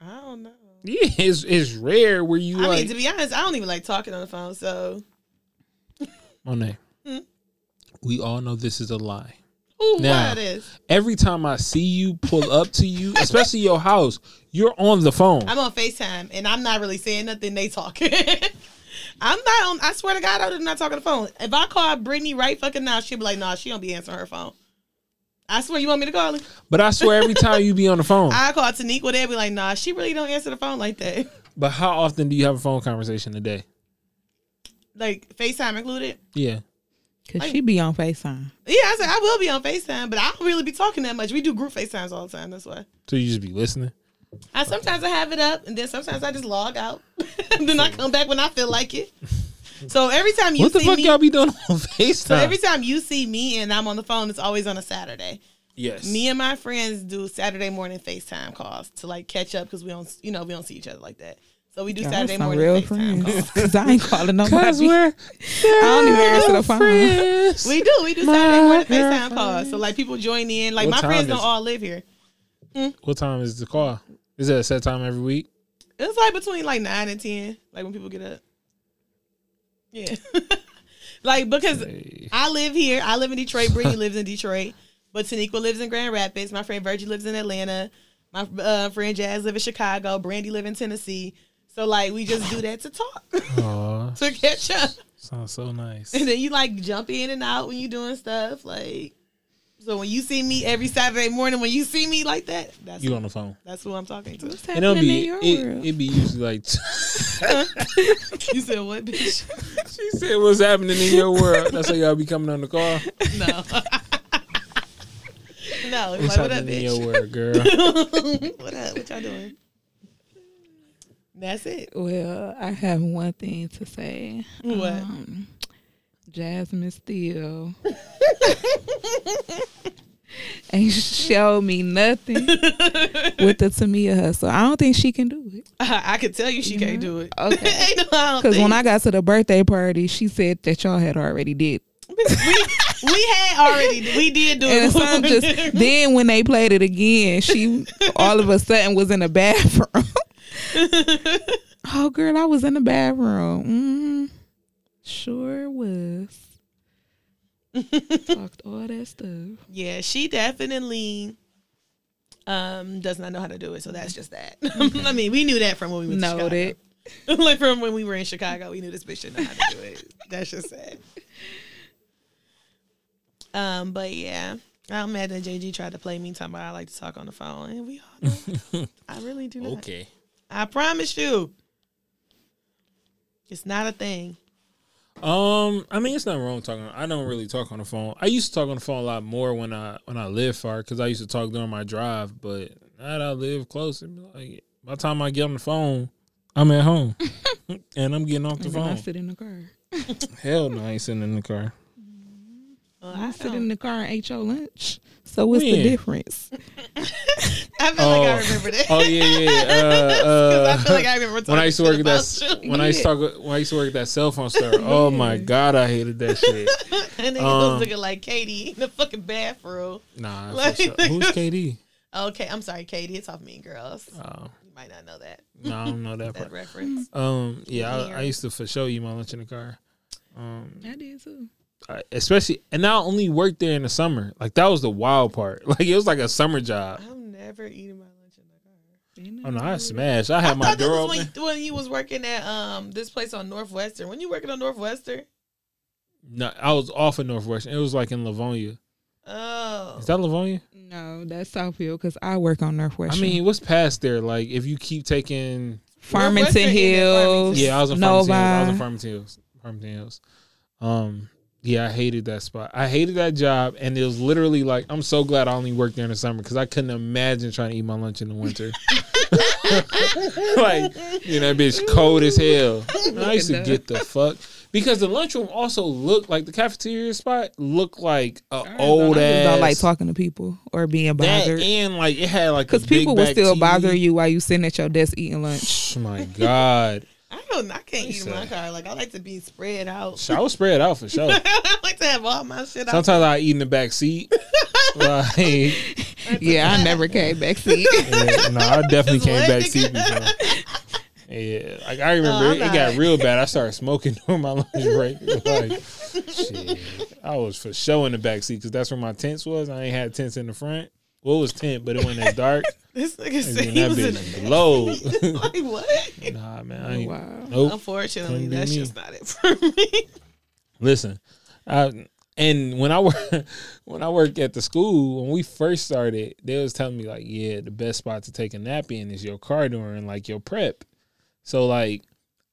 I don't know. Yeah, it's it's rare where you I like mean, to be honest, I don't even like talking on the phone. So, Monet. Mm. We all know this is a lie. ooh, Now- what is? Every time I see you pull up to you, especially your house, you're on the phone. I'm on Facetime and I'm not really saying nothing. They talking. I'm not on. I swear to God, I'm not talking on the phone. If I call Brittany right fucking now, she'll be like, "Nah, she don't be answering her phone." I swear, you want me to call her? But I swear every time you be on the phone. I call Taniqua, they'll be like, "Nah, she really don't answer the phone like that." But how often do you have a phone conversation a day? Like Facetime included. Yeah. Cause she be on Facetime. Yeah, I said I will be on Facetime, but I don't really be talking that much. We do group Facetimes all the time. That's why. So you just be listening. I sometimes I have it up, and then sometimes I just log out. then I come back when I feel like it. So every time you what the see fuck me, y'all be doing on so FaceTime? every time you see me and I'm on the phone, it's always on a Saturday. yes. Me and my friends do Saturday morning Facetime calls to like catch up because we don't, you know, we don't see each other like that. So we do Y'all Saturday some morning real Facetime calls. friends. Cause I ain't calling Cause nobody. we're I don't even answer the phone. friends. We do, we do Saturday My morning girlfriends. Facetime calls. So like people join in. Like What my time friends is don't it? all live here. What time is the call? Is that a set time every week? It's like between like nine and ten, like when people get up. Yeah, like because Hey. I live here. I live in Detroit. Brittany lives in Detroit, but Taniqua lives in Grand Rapids. My friend Virgie lives in Atlanta. My uh, friend Jazz live in Chicago. Brandy live in Tennessee. So like we just do that to talk Aw, to catch up, sounds so nice. and then you like jump in and out when you doing stuff like. So when you see me every Saturday morning, when you see me like that, that's You on the phone. that's who I'm talking to. What's And it'll happening in be your it, world? it be usually like You said what, bitch? She said, "What's happening in your world?" That's why y'all be coming on the call. No. no. What's Like, what up, bitch? happening in your world, girl? what up? What y'all doing? That's it. Well, I have one thing to say. What? Um, Jasmine Steele ain't showed me nothing with the Tamia hustle. I don't think she can do it. I, I could tell you she can't do it. Mm-hmm. Okay. Ain't no, I don't Because think- when I got to the birthday party, she said that y'all had already did. we had already we did do And it. some just then when they played it again, she all of a sudden was in the bathroom. oh girl, I was in the bathroom. Mm, sure was. Talked all that stuff. yeah, she definitely um does not know how to do it. So that's just that. I mean, we knew that from when we went to Chicago. Noted. like from when we were in Chicago, we knew this bitch didn't know how to do it. That's just sad. Um, but yeah, I'm mad that JG tried to play me talking about I like to talk on the phone, and we all know I really do not. okay. I promise you, it's not a thing. Um, I mean, it's nothing wrong with talking. I don't really talk on the phone. I used to talk on the phone a lot more when I when I lived far because I used to talk during my drive. But now that I live close, it be like by the time I get on the phone, I'm at home and I'm getting off the And then I phone. sit in the car. Hell no, I ain't sitting in the car. Well, I I, sit in the car and ate your lunch. So what's When? the difference? I feel like I remember that. Oh yeah, yeah. yeah. Uh, 'Cause I uh, feel like I remember when I used to work at talking shit that, about when I used to talk, when I used to work at that cell phone store. Oh my god, I hated that shit. you. and then Um, was looking like Katie in the fucking bathroom. Nah, Like- for sure. who's KD? Okay, I'm sorry, Katie. It's off Mean Girls. Oh, You might not know that no, I don't know that that part. reference. Um, yeah, I, Weird. I used to for sure eat my lunch in the car. Um, I did too. I- especially, and I only worked there in the summer. Like that was the wild part. Like it was like a summer job. I'm never eating my lunch in the car. Oh no, I smashed. I had I my thought this door was open. when, when you was working at um this place on Northwestern. When you working on Northwestern? No, I was off in Northwestern. It was like in Livonia. Oh, Is that Livonia? No, that's Southfield because I work on I Northwestern. mean, what's past there? Like if you keep taking Farmington Northwestern is in Hills. Farmington. Yeah, I was in Farmington Hills. I was in Farmington Hills. Farmington Hills. Um, yeah, I hated that spot. I hated that job, and it was literally like, I'm so glad I only worked there in the summer because I couldn't imagine trying to eat my lunch in the winter. like, you know, that bitch cold as hell. And I used to get the fuck because the lunchroom also looked like the cafeteria spot looked like a old I ass. just don't like talking to people or being that bothered. and like it had like Because a big people will back still TV. bother you while you sitting at your desk eating lunch. My God, I don't. I can't eat in my said- car. Like I like to be spread out. I was spread out for sure. I like to have all my shit out. Sometimes I eat in the back seat. like, yeah, Yeah, I never came back seat. no, I definitely Just came let back it seat before. Yeah, like I remember Oh, it, I'm it got not. real bad. I started smoking during my lunch break. Like, shit, I was for sure in the back seat because that's where my tents was. I ain't had tents in the front. Well, it was tent, but it wasn't as dark. This nigga And said then he that was in bitch the Oh, glowed. like what? nah, man, I ain't. Wow. Nope. Unfortunately, Couldn't be that's me. just not it for me. Listen, I, and when I work when I worked at the school when we first started, they was telling me like, yeah, the best spot to take a nap in is your car during like your prep. So like,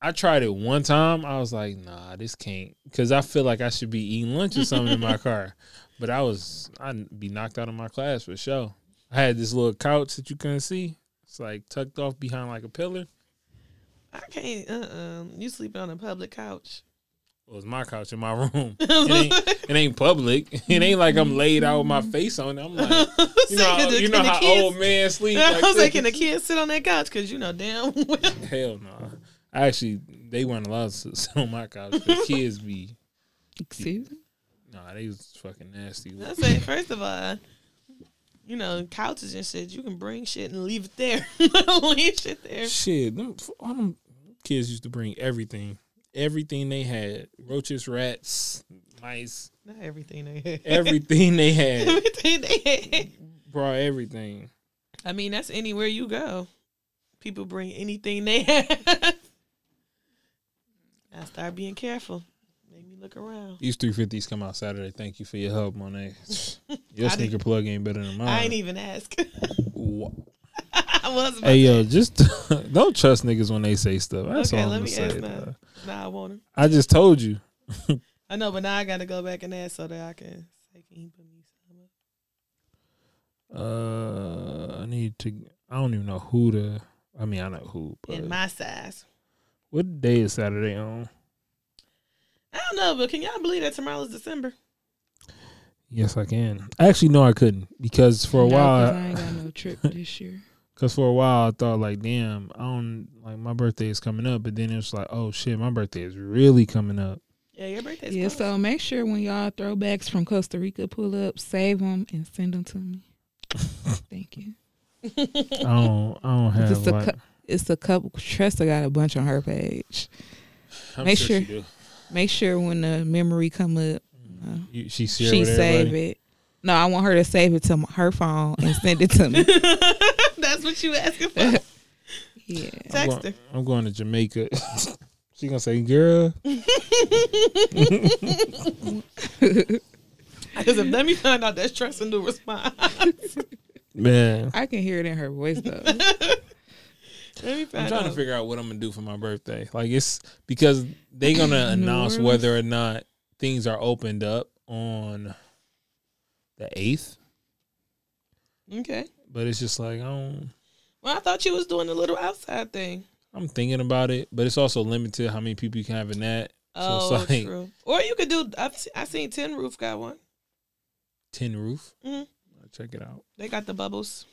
I tried it one time. I was like, nah, this can't because I feel like I should be eating lunch or something in my car, but I was I'd be knocked out of my class for sure. I had this little couch that you couldn't see. It's like tucked off behind like a pillar. I can't. Uh, uh you sleeping on a public couch? Well, it's my couch in my room. It ain't, it ain't public. It ain't like I'm laid out with my face on it. I'm like, you know, how- you know how old man sleep. I Like was like, this? can the kids sit on that couch? Because you know damn well. hell no. I actually, they weren't allowed to sit on my couch. The kids be, Excuse me? nah, they was fucking nasty. I said, first of all, you know, couches and shit, you can bring shit and leave it there. leave shit there. Shit, them, all them kids used to bring everything, everything they had: roaches, rats, mice, Not everything they had. everything they had. everything they had. Brought everything. I mean, that's anywhere you go. People bring anything they have. I start being careful. Make me look around. These three fifties come out Saturday. Thank you for your help, Monet. Your I didn't- sneaker plug ain't better than mine. I ain't even ask. Wha- I was about Hey yo, just don't trust niggas when they say stuff. That's Okay, all I'm let gonna me say. ask now. dog. Nah, I want him. I just told you. I know, but now I gotta go back and ask so that I can say, can you put me some? up?" Uh, I need to. I don't even know who to. I mean, I know who, but In my size. what day is Saturday on? I don't know, but can y'all believe that tomorrow is December? Yes, I can. Actually, no, I couldn't because for a No, 'cause I while, ain't got no trip this year. because for a while I thought like, damn, I don't like my birthday is coming up, but then it was like, oh shit, my birthday is really coming up. Yeah, your birthday's yeah, close. so make sure when y'all throwbacks from Costa Rica pull up, save them and send them to me. Thank you. I don't, I don't have. Just a like, cou- It's a couple. Tressa got a bunch on her page. I'm make she sure- do. Make sure when the memory come up, uh, You- she share she with save everybody. it. No, I want her to save it to m- her phone and send it to me. That's what you asking for. yeah. I'm Text her. going, I'm going to Jamaica. she gonna say, "Girl, Because if let me find out that's trust and do response. man." I can hear it in her voice though. let me find I'm trying out. to figure out what I'm gonna do for my birthday. Like it's because they gonna New announce Orleans? whether or not things are opened up on the eighth. okay. But it's just like I don't. Well, I thought you was doing a little outside thing. I'm thinking about it, but it's also limited how many people you can have in that. Oh, so it's like true. Or you could do. I've se- I seen Tin Roof got one. tin roof. Mhm. I'll Check it out. They got the bubbles.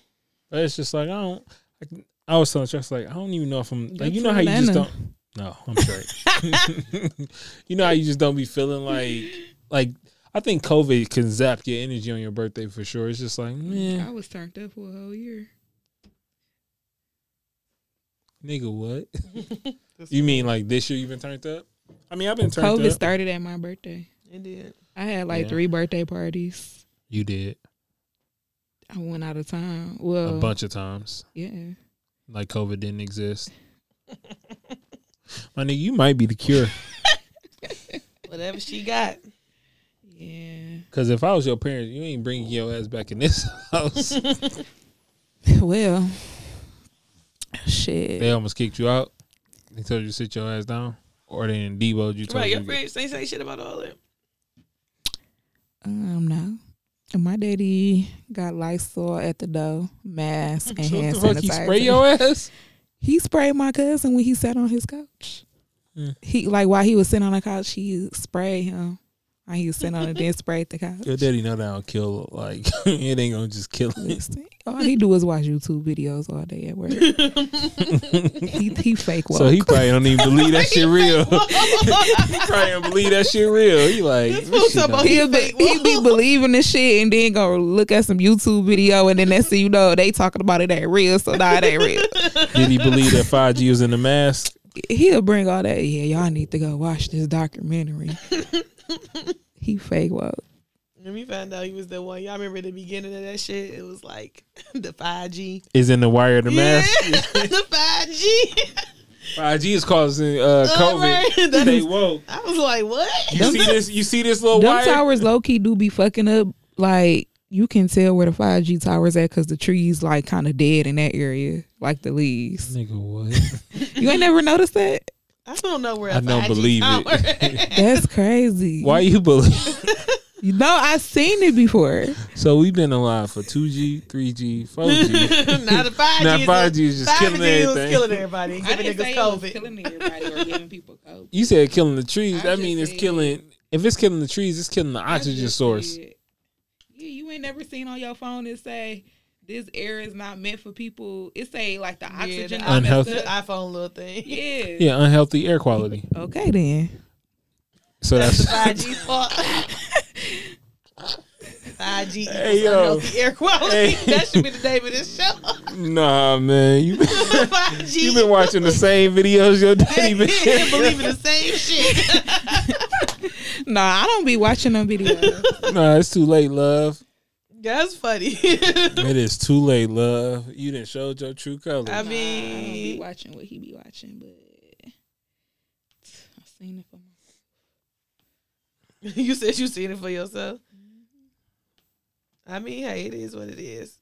But it's just like I don't. Like, I was telling Trust like I don't even know if I'm like That's you know how you just Atlanta. don't. No, I'm straight. you know how you just don't be feeling like like I think COVID can zap your energy on your birthday for sure. It's just like I man, was turned up for a whole year. nigga, what? you mean like this year you've been turned up? I mean I've been turned COVID up. started at my birthday. It did. I had like Yeah. three birthday parties. you did I went out of town. a Well, bunch of times. yeah. Like COVID didn't exist. My nigga, you might be the cure. Whatever she got. Yeah. Cause if I was your parent, you ain't bringing your ass back in this house. Well, shit. They almost kicked you out. They told you to sit your ass down. Or they in Debo you told Right, your you- friends ain't say shit about all that. Um, no. And My daddy got Lysol at the door, mask, and So what hand the fuck, sanitizer. he spray your ass? He sprayed my cousin when he sat on his couch. Hmm. He like while he was sitting on the couch, he sprayed him. While he was sitting on it, then sprayed the couch. Your daddy know that I'll kill like it ain't gonna just kill it. Listen, all he do is watch YouTube videos all day at work. he, he fake woke. So he probably don't even believe that shit real. he probably don't believe that shit real. He like this fool's shit talking not- about- He'll be, he be believing this shit and then go look at some YouTube video and then that's you know they talking about it ain't real so nah it ain't real. Did he believe that five G was in the mask? He'll bring all that. Yeah, y'all need to go watch this documentary. he fake woke. Let me find out he was the one. Y'all remember the beginning of that shit? It was like the 5G. Is in the wire of the Yeah, mask? the 5G. Five G is causing uh, COVID. Alright, that They is- woke. I was like, what? You see this? You see this little Them wire? towers low key do be fucking up. Like you can tell where the five G towers at because the trees like kind of dead in that area, like the leaves. Nigga, what? Mm-hmm. You ain't never noticed that? I don't know where I don't 5G believe tower it. is. That's crazy. Why you believe? You know, I seen it before. So we've been alive for two G, three G, four G. Now the 5G. Now is- 5G is just 5G killing was everything. killing everybody. Giving niggas COVID. everybody or giving people COVID. You said killing the trees. I That mean it's just killing. If it's killing the trees, it's killing the oxygen source. Yeah, you ain't never seen on your phone it say this air is not meant for people. It say like the oxygen all messed Unhealthy. The iPhone little thing. Yeah. Yeah, unhealthy air quality. Okay then. So That's that's the 5G fault. 5G equals Hey, yo. unhealthy air quality. Hey. That should be the name of this show. nah, man. You 5G. you been watching the same videos your daddy Can't been. believe in the same shit. Nah, I don't be watching them videos. nah, it's too late, love. That's funny. It is too late, love. You didn't show your true colors. I I don't be mean, watching what he be watching, but I seen it for myself. you said you seen it for yourself. Mm-hmm. I mean, hey, it is what it is.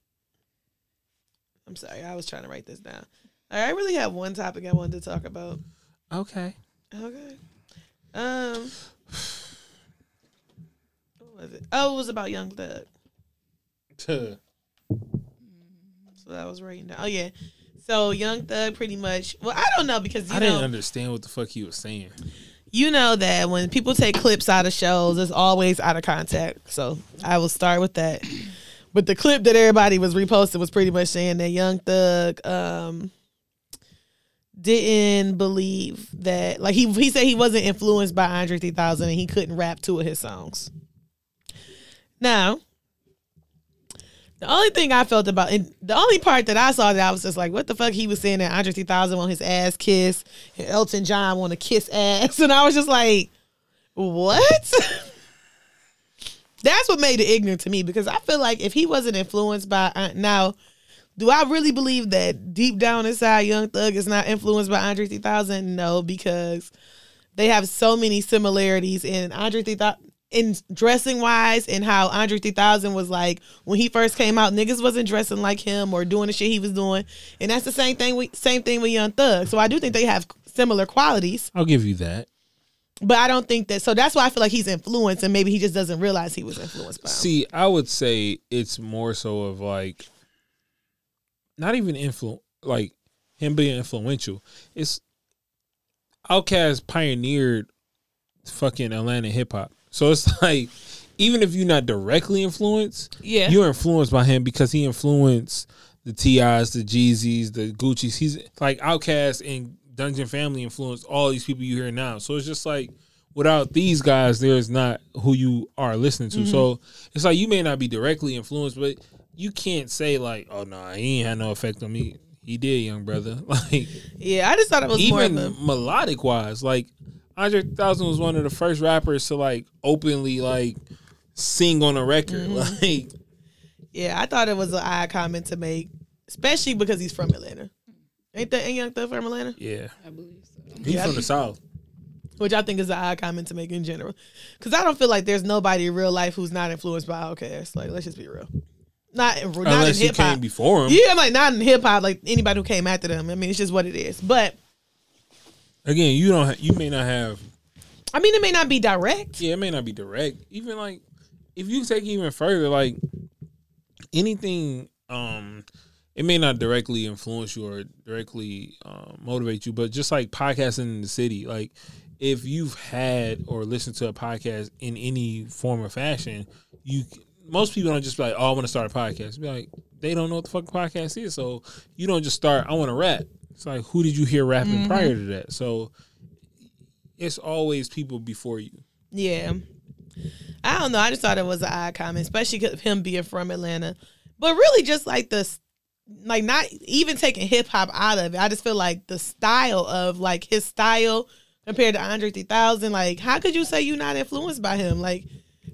I'm sorry, I was trying to write this down. All right, I really have one topic I wanted to talk about. Okay. Okay. Um. What was it? Oh, it was about Young Thug. Tuh. So I was writing down. Oh yeah. So Young Thug pretty much. Well, I don't know because you I know didn't understand what the fuck he was saying. you know that when people take clips out of shows, it's always out of context. So I will start with that. But the clip that everybody was reposting was pretty much saying that Young Thug um, didn't believe that, like he he said he wasn't influenced by Andre 3000 and he couldn't rap two of his songs. Now, the only thing I felt about, and the only part that I saw that I was just like, what the fuck he was saying that Andre 3000 on his ass kiss, and Elton John want to kiss ass, and I was just like, what? That's what made it ignorant to me because I feel like if he wasn't influenced by uh, now, do I really believe that deep down inside Young Thug is not influenced by Andre 3000? No, because they have so many similarities in Andre 3000 in dressing wise and how Andre 3000 was like when he first came out niggas wasn't dressing like him or doing the shit he was doing and that's the same thing with same thing with Young Thug so I do think they have similar qualities I'll give you that. but I don't think that so that's why I feel like he's influenced and maybe he just doesn't realize he was influenced by him. See, I would say it's more so of like not even influ like him being influential. It's Outkast pioneered fucking Atlanta hip hop. So it's like even if you're not directly influenced, Yeah. you're influenced by him because he influenced the TIs, the Jeezys, the Gucci's. He's like Outkast and Dungeon Family influenced all these people you hear now. So it's just like without these guys, there's not who you are listening to. So it's like you may not be directly influenced, but you can't say like, "Oh no, he ain't had no effect on me." He did, young brother. Like yeah, I just thought it was more even of a melodic wise, like Andre Thousand was one of the first rappers to like openly like sing on a record. Mm-hmm. Like yeah, I thought it was an odd comment to make, especially because he's from Atlanta. Ain't that ain't Young Thug from Atlanta? yeah, I believe so. he's Yeah. from the south. Which I think is an odd comment to make in general, because I don't feel like there's nobody in real life who's not influenced by Outkast. Like, let's just be real, not in, not in Unless you hip hop. came before him. Yeah, I'm like not in hip hop, like anybody who came after them. I mean, it's just what it is. But Again, you don't. Ha- you may not have. I mean, it may not be direct. Yeah, it may not be direct. Even like, if you take it even further, like anything, um, it may not directly influence you or directly um, motivate you, but just like podcasting in the city, like if you've had or listened to a podcast in any form or fashion, you most people don't just be like, "Oh, I want to start a podcast." Be like, they don't know what the fuck a podcast is, so you don't just start. I want to rap. It's like, who did you hear rapping prior to that? So it's always people before you. Yeah. I don't know. I just thought it was an odd comment, especially 'cause of him being from Atlanta. But really, just like this, like not even taking hip hop out of it. I just feel like the style of like his style compared to Andre 3000. Like, how could you say you're not influenced by him? Like,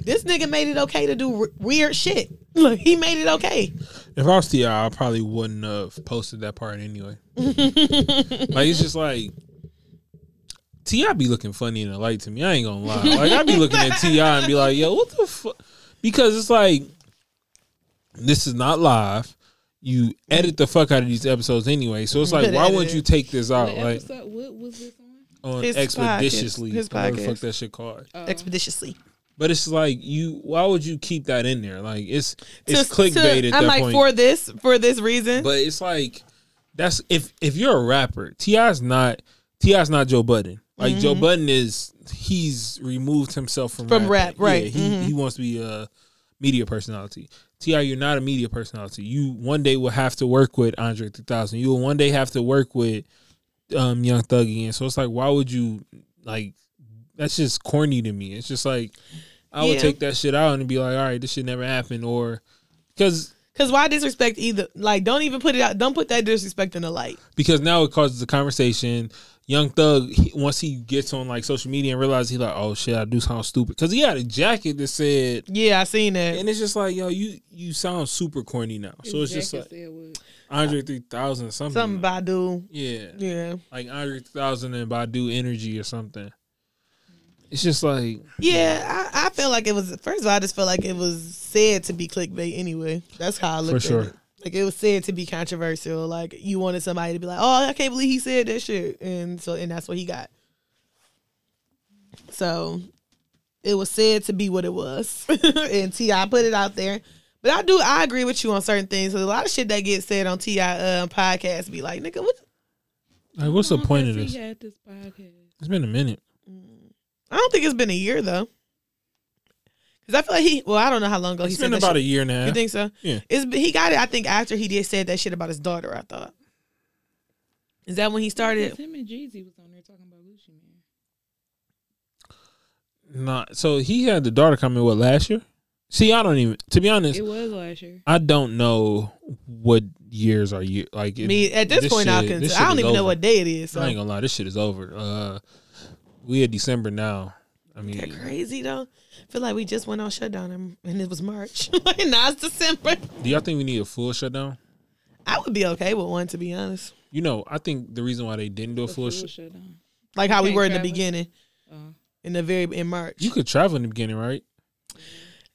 this nigga made it okay to do w- weird shit. Look, he made it okay. If I was Ti, I probably wouldn't have posted that part anyway. like it's just like Ti be looking funny in the light to me. I ain't gonna lie. Like I be looking at Ti and be like, "Yo, what the fuck?" Because it's like this is not live. You edit the fuck out of these episodes anyway, so it's like, Could why edit wouldn't it. you take this out What Oh, like episode? What was this on? on His expeditiously? podcast. His Whatever the podcast. fuck that shit called. Expeditiously. But it's like you. Why would you keep that in there? Like it's it's To- clickbait to- at that I'm like, point. for this, for this reason. But it's like that's if if you're a rapper, Ti's not Ti's not Joe Budden. Like Joe Budden is he's removed himself from Mm-hmm. From rapping. rap, right. Mm-hmm. Yeah, he he wants to be a media personality. Ti, you're not a media personality. You one day will have to work with Andre 3000. You will one day have to work with um, Young Thug again. So it's like, why would you like? That's just corny to me. It's just like I would Yeah. take that shit out and be like, all right, this shit never happened, or because Because why disrespect either? Like, don't even put it out. Don't put that disrespect in the light. because now it causes a conversation. Young Thug, he, once he gets on like social media and realizes he like, oh shit, I do sound stupid because he had a jacket that said, Yeah, I seen it. and it's just like, yo, you you sound super corny now. So it's just like Andre three thousand something. Something Badu. Mm. yeah, Yeah. like Andre three thousand and Badu Energy or something. It's just like Yeah, I, I feel like it was, first of all, I just feel like it was said to be clickbait anyway. That's how I looked sure. at it. Like, it was said to be controversial. Like, you wanted somebody to be like, oh, I can't believe he said that shit. And so, and that's what he got. So, it was said to be what it was. and T.I. put it out there. But I do, I agree with you on certain things. 'Cause a lot of shit that gets said on T.I. Um, podcast be like, nigga, what? like what's the Oh, point of Oh, He this? had this podcast. It's been a minute. I don't think it's been a year though. Cause I feel like he. Well, I don't know how long ago It's he said been that about shit. a year and a half. You think so? Yeah. It's he got it. I think after he did said that shit about his daughter. I thought. Is that when he started? Him and Jeezy was on there talking about Gucci man. Nah, so he had the daughter coming what last year? See, I don't even. To be honest, It was last year. I don't know what years are you like. I it- mean, at this, point, I shit- can. this I shit don't is even know over. what day it is. So. I ain't gonna lie, this shit is over. Uh, we in December now. I mean, That crazy though. I feel like we just went on shutdown and, and it was March. and now it's December. do y'all think we need a full shutdown? I would be okay with one to be honest. You know, I think the reason why they didn't do a full, sh- Like how we Can't were in the travel. beginning, Uh. in the very in March. you could travel in the beginning, right?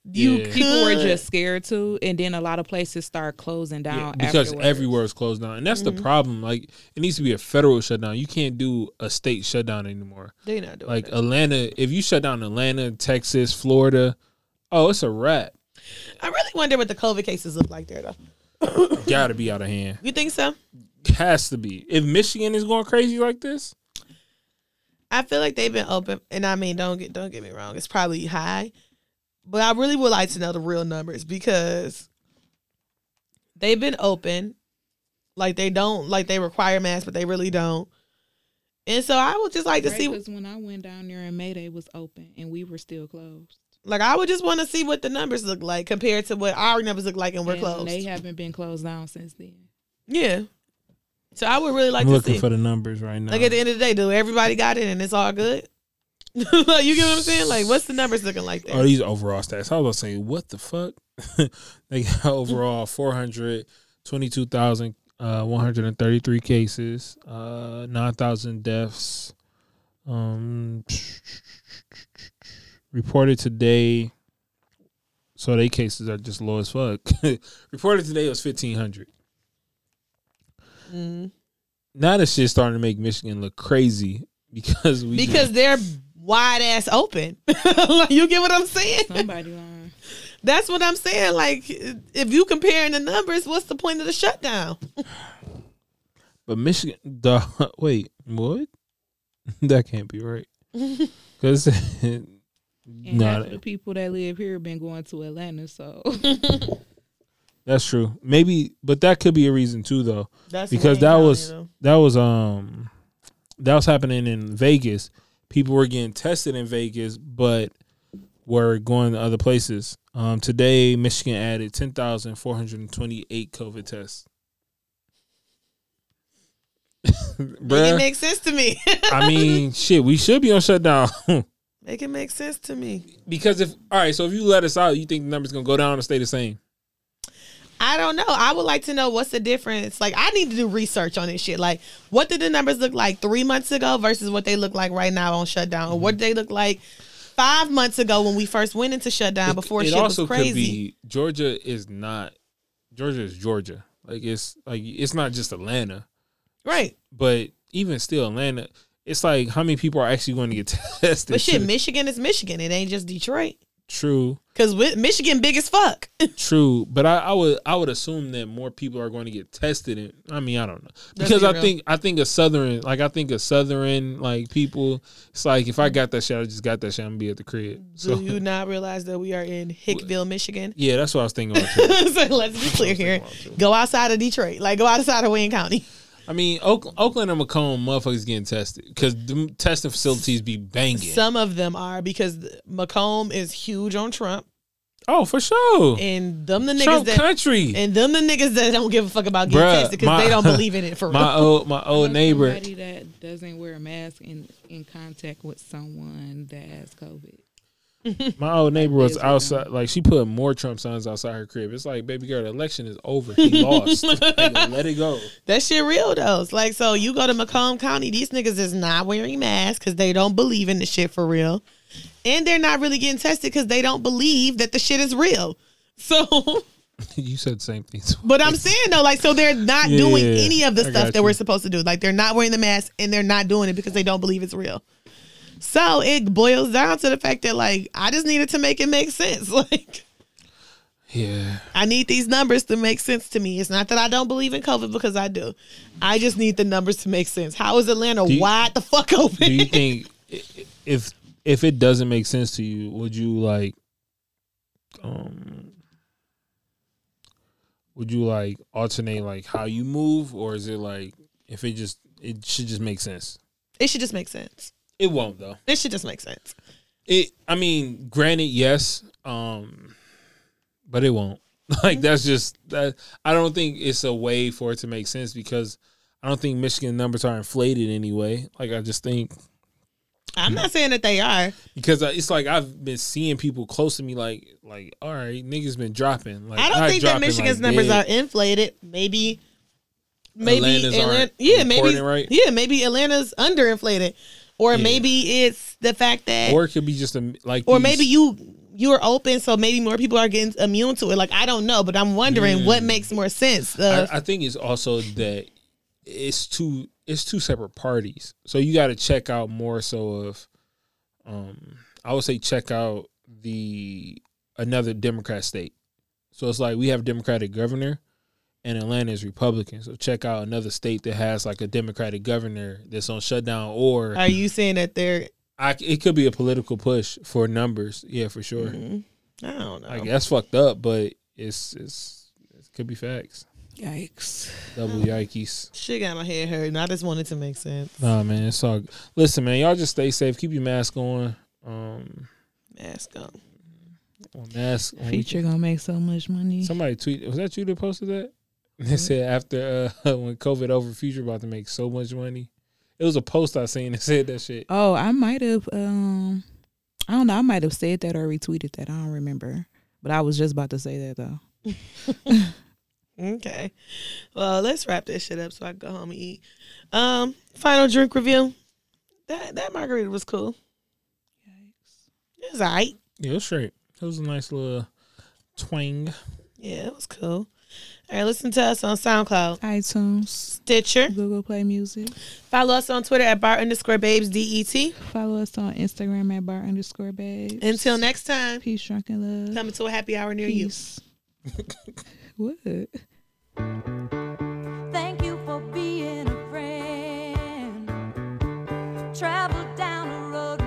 You Yeah. People were could. just scared too, and then a lot of places start closing Yeah, down because afterwards. Oh, everywhere Mm-hmm. is closed down, and that's the problem. Like, it needs to be a federal shutdown. You can't do a state shutdown anymore. they not doing Like uh, it. Atlanta, if you shut down Atlanta, Texas, Florida, oh, it's a wrap. I really wonder what the COVID cases look like there though. Gotta be out of hand. You think so? Has to be. If Michigan is going crazy like this, I feel like they've been open, and I mean, don't get don't get me wrong, it's probably high, but I really would like to know the real numbers because they've been open, like they don't like they require masks, but they really don't, and so I would just like to see, Because when I went down there in May, they was open and we were still closed. like I would just want to see what the numbers look like compared to what our numbers look like, and we're And closed. They haven't been closed down since then. yeah, so I would really like I'm to looking see. for the numbers right now. Like at the end of the day, do everybody got it and it's all good? like you get what I'm saying? Like what's the numbers looking like oh, there? these overall stats. I was gonna say, what the fuck? they got overall uh, 422,133 cases, uh, 9,000 deaths. Um, reported today. So they cases are just low as fuck. reported today was 1,500. Mm. Mm-hmm. Now this shit's starting to make Michigan look crazy because we because they're wide ass open. Like, you get what I'm saying? Somebody lying. That's what I'm saying. Like if you comparing the numbers, what's the point of the shutdown? but Michigan. The, wait, what? that can't be right. Because And half no, of the people that live here been going to Atlanta, so that's true. Maybe, but that could be a reason too, though. That's because Wayne that County, was though. that was um that was happening in Vegas. People were getting tested in Vegas, but were going to other places. Um, today, Michigan added ten thousand four hundred twenty-eight COVID tests. Make it Bruh, makes sense to me. I mean, shit, we should be on shutdown Make it make sense to me. because if all right, so if you let us out, you think the number's gonna go down or stay the same? I don't know. I would like to know what's the difference. Like, I need to do research on this shit. Like, what did the numbers look like three months ago versus what they look like right now on shutdown? Or what did they look like five months ago when we first went into shutdown before shit was crazy? Georgia is not Georgia is Georgia. Like it's like it's not just Atlanta, Right. but even still Atlanta. It's like how many people are actually going to get tested? But shit, Michigan is Michigan. It ain't just Detroit. true, Because Michigan big as fuck. true. But I, I would I would assume that more people are going to get tested. In, I mean, I don't know Let's because be I real. think I think of southern like I think of southern like people. It's like if I got that shit, I just got that shit. I'm gonna be at the crib. So Do you not realize that we are in Hickville, Michigan? yeah, that's what I was thinking. About too. so let's be clear here. Go outside of Detroit. Like, go outside of Wayne County. I mean, Oak- Oakland and Macomb motherfuckers getting tested because the testing facilities be banging. Some of them are because Macomb is huge on Trump. oh, for sure. and them the niggas Trump that country. and them the niggas that don't give a fuck about getting Bruh, tested because my- they don't believe in it for real. my old my old Oh, neighbor. Somebody that doesn't wear a mask in in contact with someone that has COVID. My old neighbor was Days ago. outside. Like she put more Trump signs outside her crib. It's like, baby girl, the election is over. He lost. Like, let it go. that shit real though. It's like so you go to Macomb County, these niggas is not wearing masks because they don't believe in the shit for real, and they're not really getting tested because they don't believe that the shit is real. So, you said the same thing. twice. but I'm saying though, like, so they're not Yeah, doing yeah, yeah. any of the I stuff got that we're you. supposed to do. Like, they're not wearing the mask and they're not doing it because they don't believe it's real. So it boils down to the fact that, like, I just needed to make it make sense. Like, Yeah. I need these numbers to make sense to me. It's not that I don't believe in COVID because I do. I just need the numbers to make sense. How is Atlanta you- wide the fuck Do you open? think i- i- if if it doesn't make sense to you, would you like um would you like alternate like how you move or is it like if it just it should just make sense? It should just make sense. It won't though. It should just make sense. It. I mean, granted, yes, um, but it won't. Like that's just that. I don't think it's a way for it to make sense because I don't think Michigan numbers are inflated anyway. Like I just think I'm Mm. not saying that they are. because I, it's like I've been seeing people close to me like like all right, niggas been dropping. Like I don't not think that dropping, Michigan's like, numbers dead. are inflated. Maybe maybe Atlanta's Atlanta, aren't yeah, maybe reporting right. yeah, maybe Atlanta's underinflated. Or maybe it's the fact that or it could be just a like or these- maybe you you're open so maybe more people are getting immune to it. Like I don't know, but I'm wondering what makes more sense. Uh, I, I think it's also that it's two it's two separate parties. So you got to check out more so of um I would say check out the another Democrat state. So it's like we have Democratic governor and Atlanta is Republican. So check out another state that has like a Democratic governor that's on shutdown or are you saying that they're I, it could be a political push for numbers. Yeah, for sure. I don't know. Like that's fucked up, but it's it's it could be facts. Yikes! Double yikes. Shit got my head hurting. I just wanted to make sense. Nah, man, it's all. g- Listen, man, y'all just stay safe. Keep your mask on. Um, Mask on. on mask. on- Future gonna make so much money. somebody tweet. Was that you that posted that? They said after uh, when COVID over, Future about to make so much money. It was a post I seen that said that shit. Oh, I might have. Um, I don't know. I might have said that or retweeted that. I don't remember. But I was just about to say that though. Okay. Well, let's wrap this shit up so I can go home and eat. Um, final drink review. That that margarita was cool. It was alright. Yeah, it was straight. It was a nice little twang. Yeah, it was cool. and listen to us on SoundCloud, iTunes, Stitcher. Google Play Music. Follow us on Twitter at bar underscore babes E det. Follow us on Instagram at bar underscore babes. Until next time, Peace, drunken love. coming to a happy hour near you. Peace. what? Thank you for being a friend. Travel down a road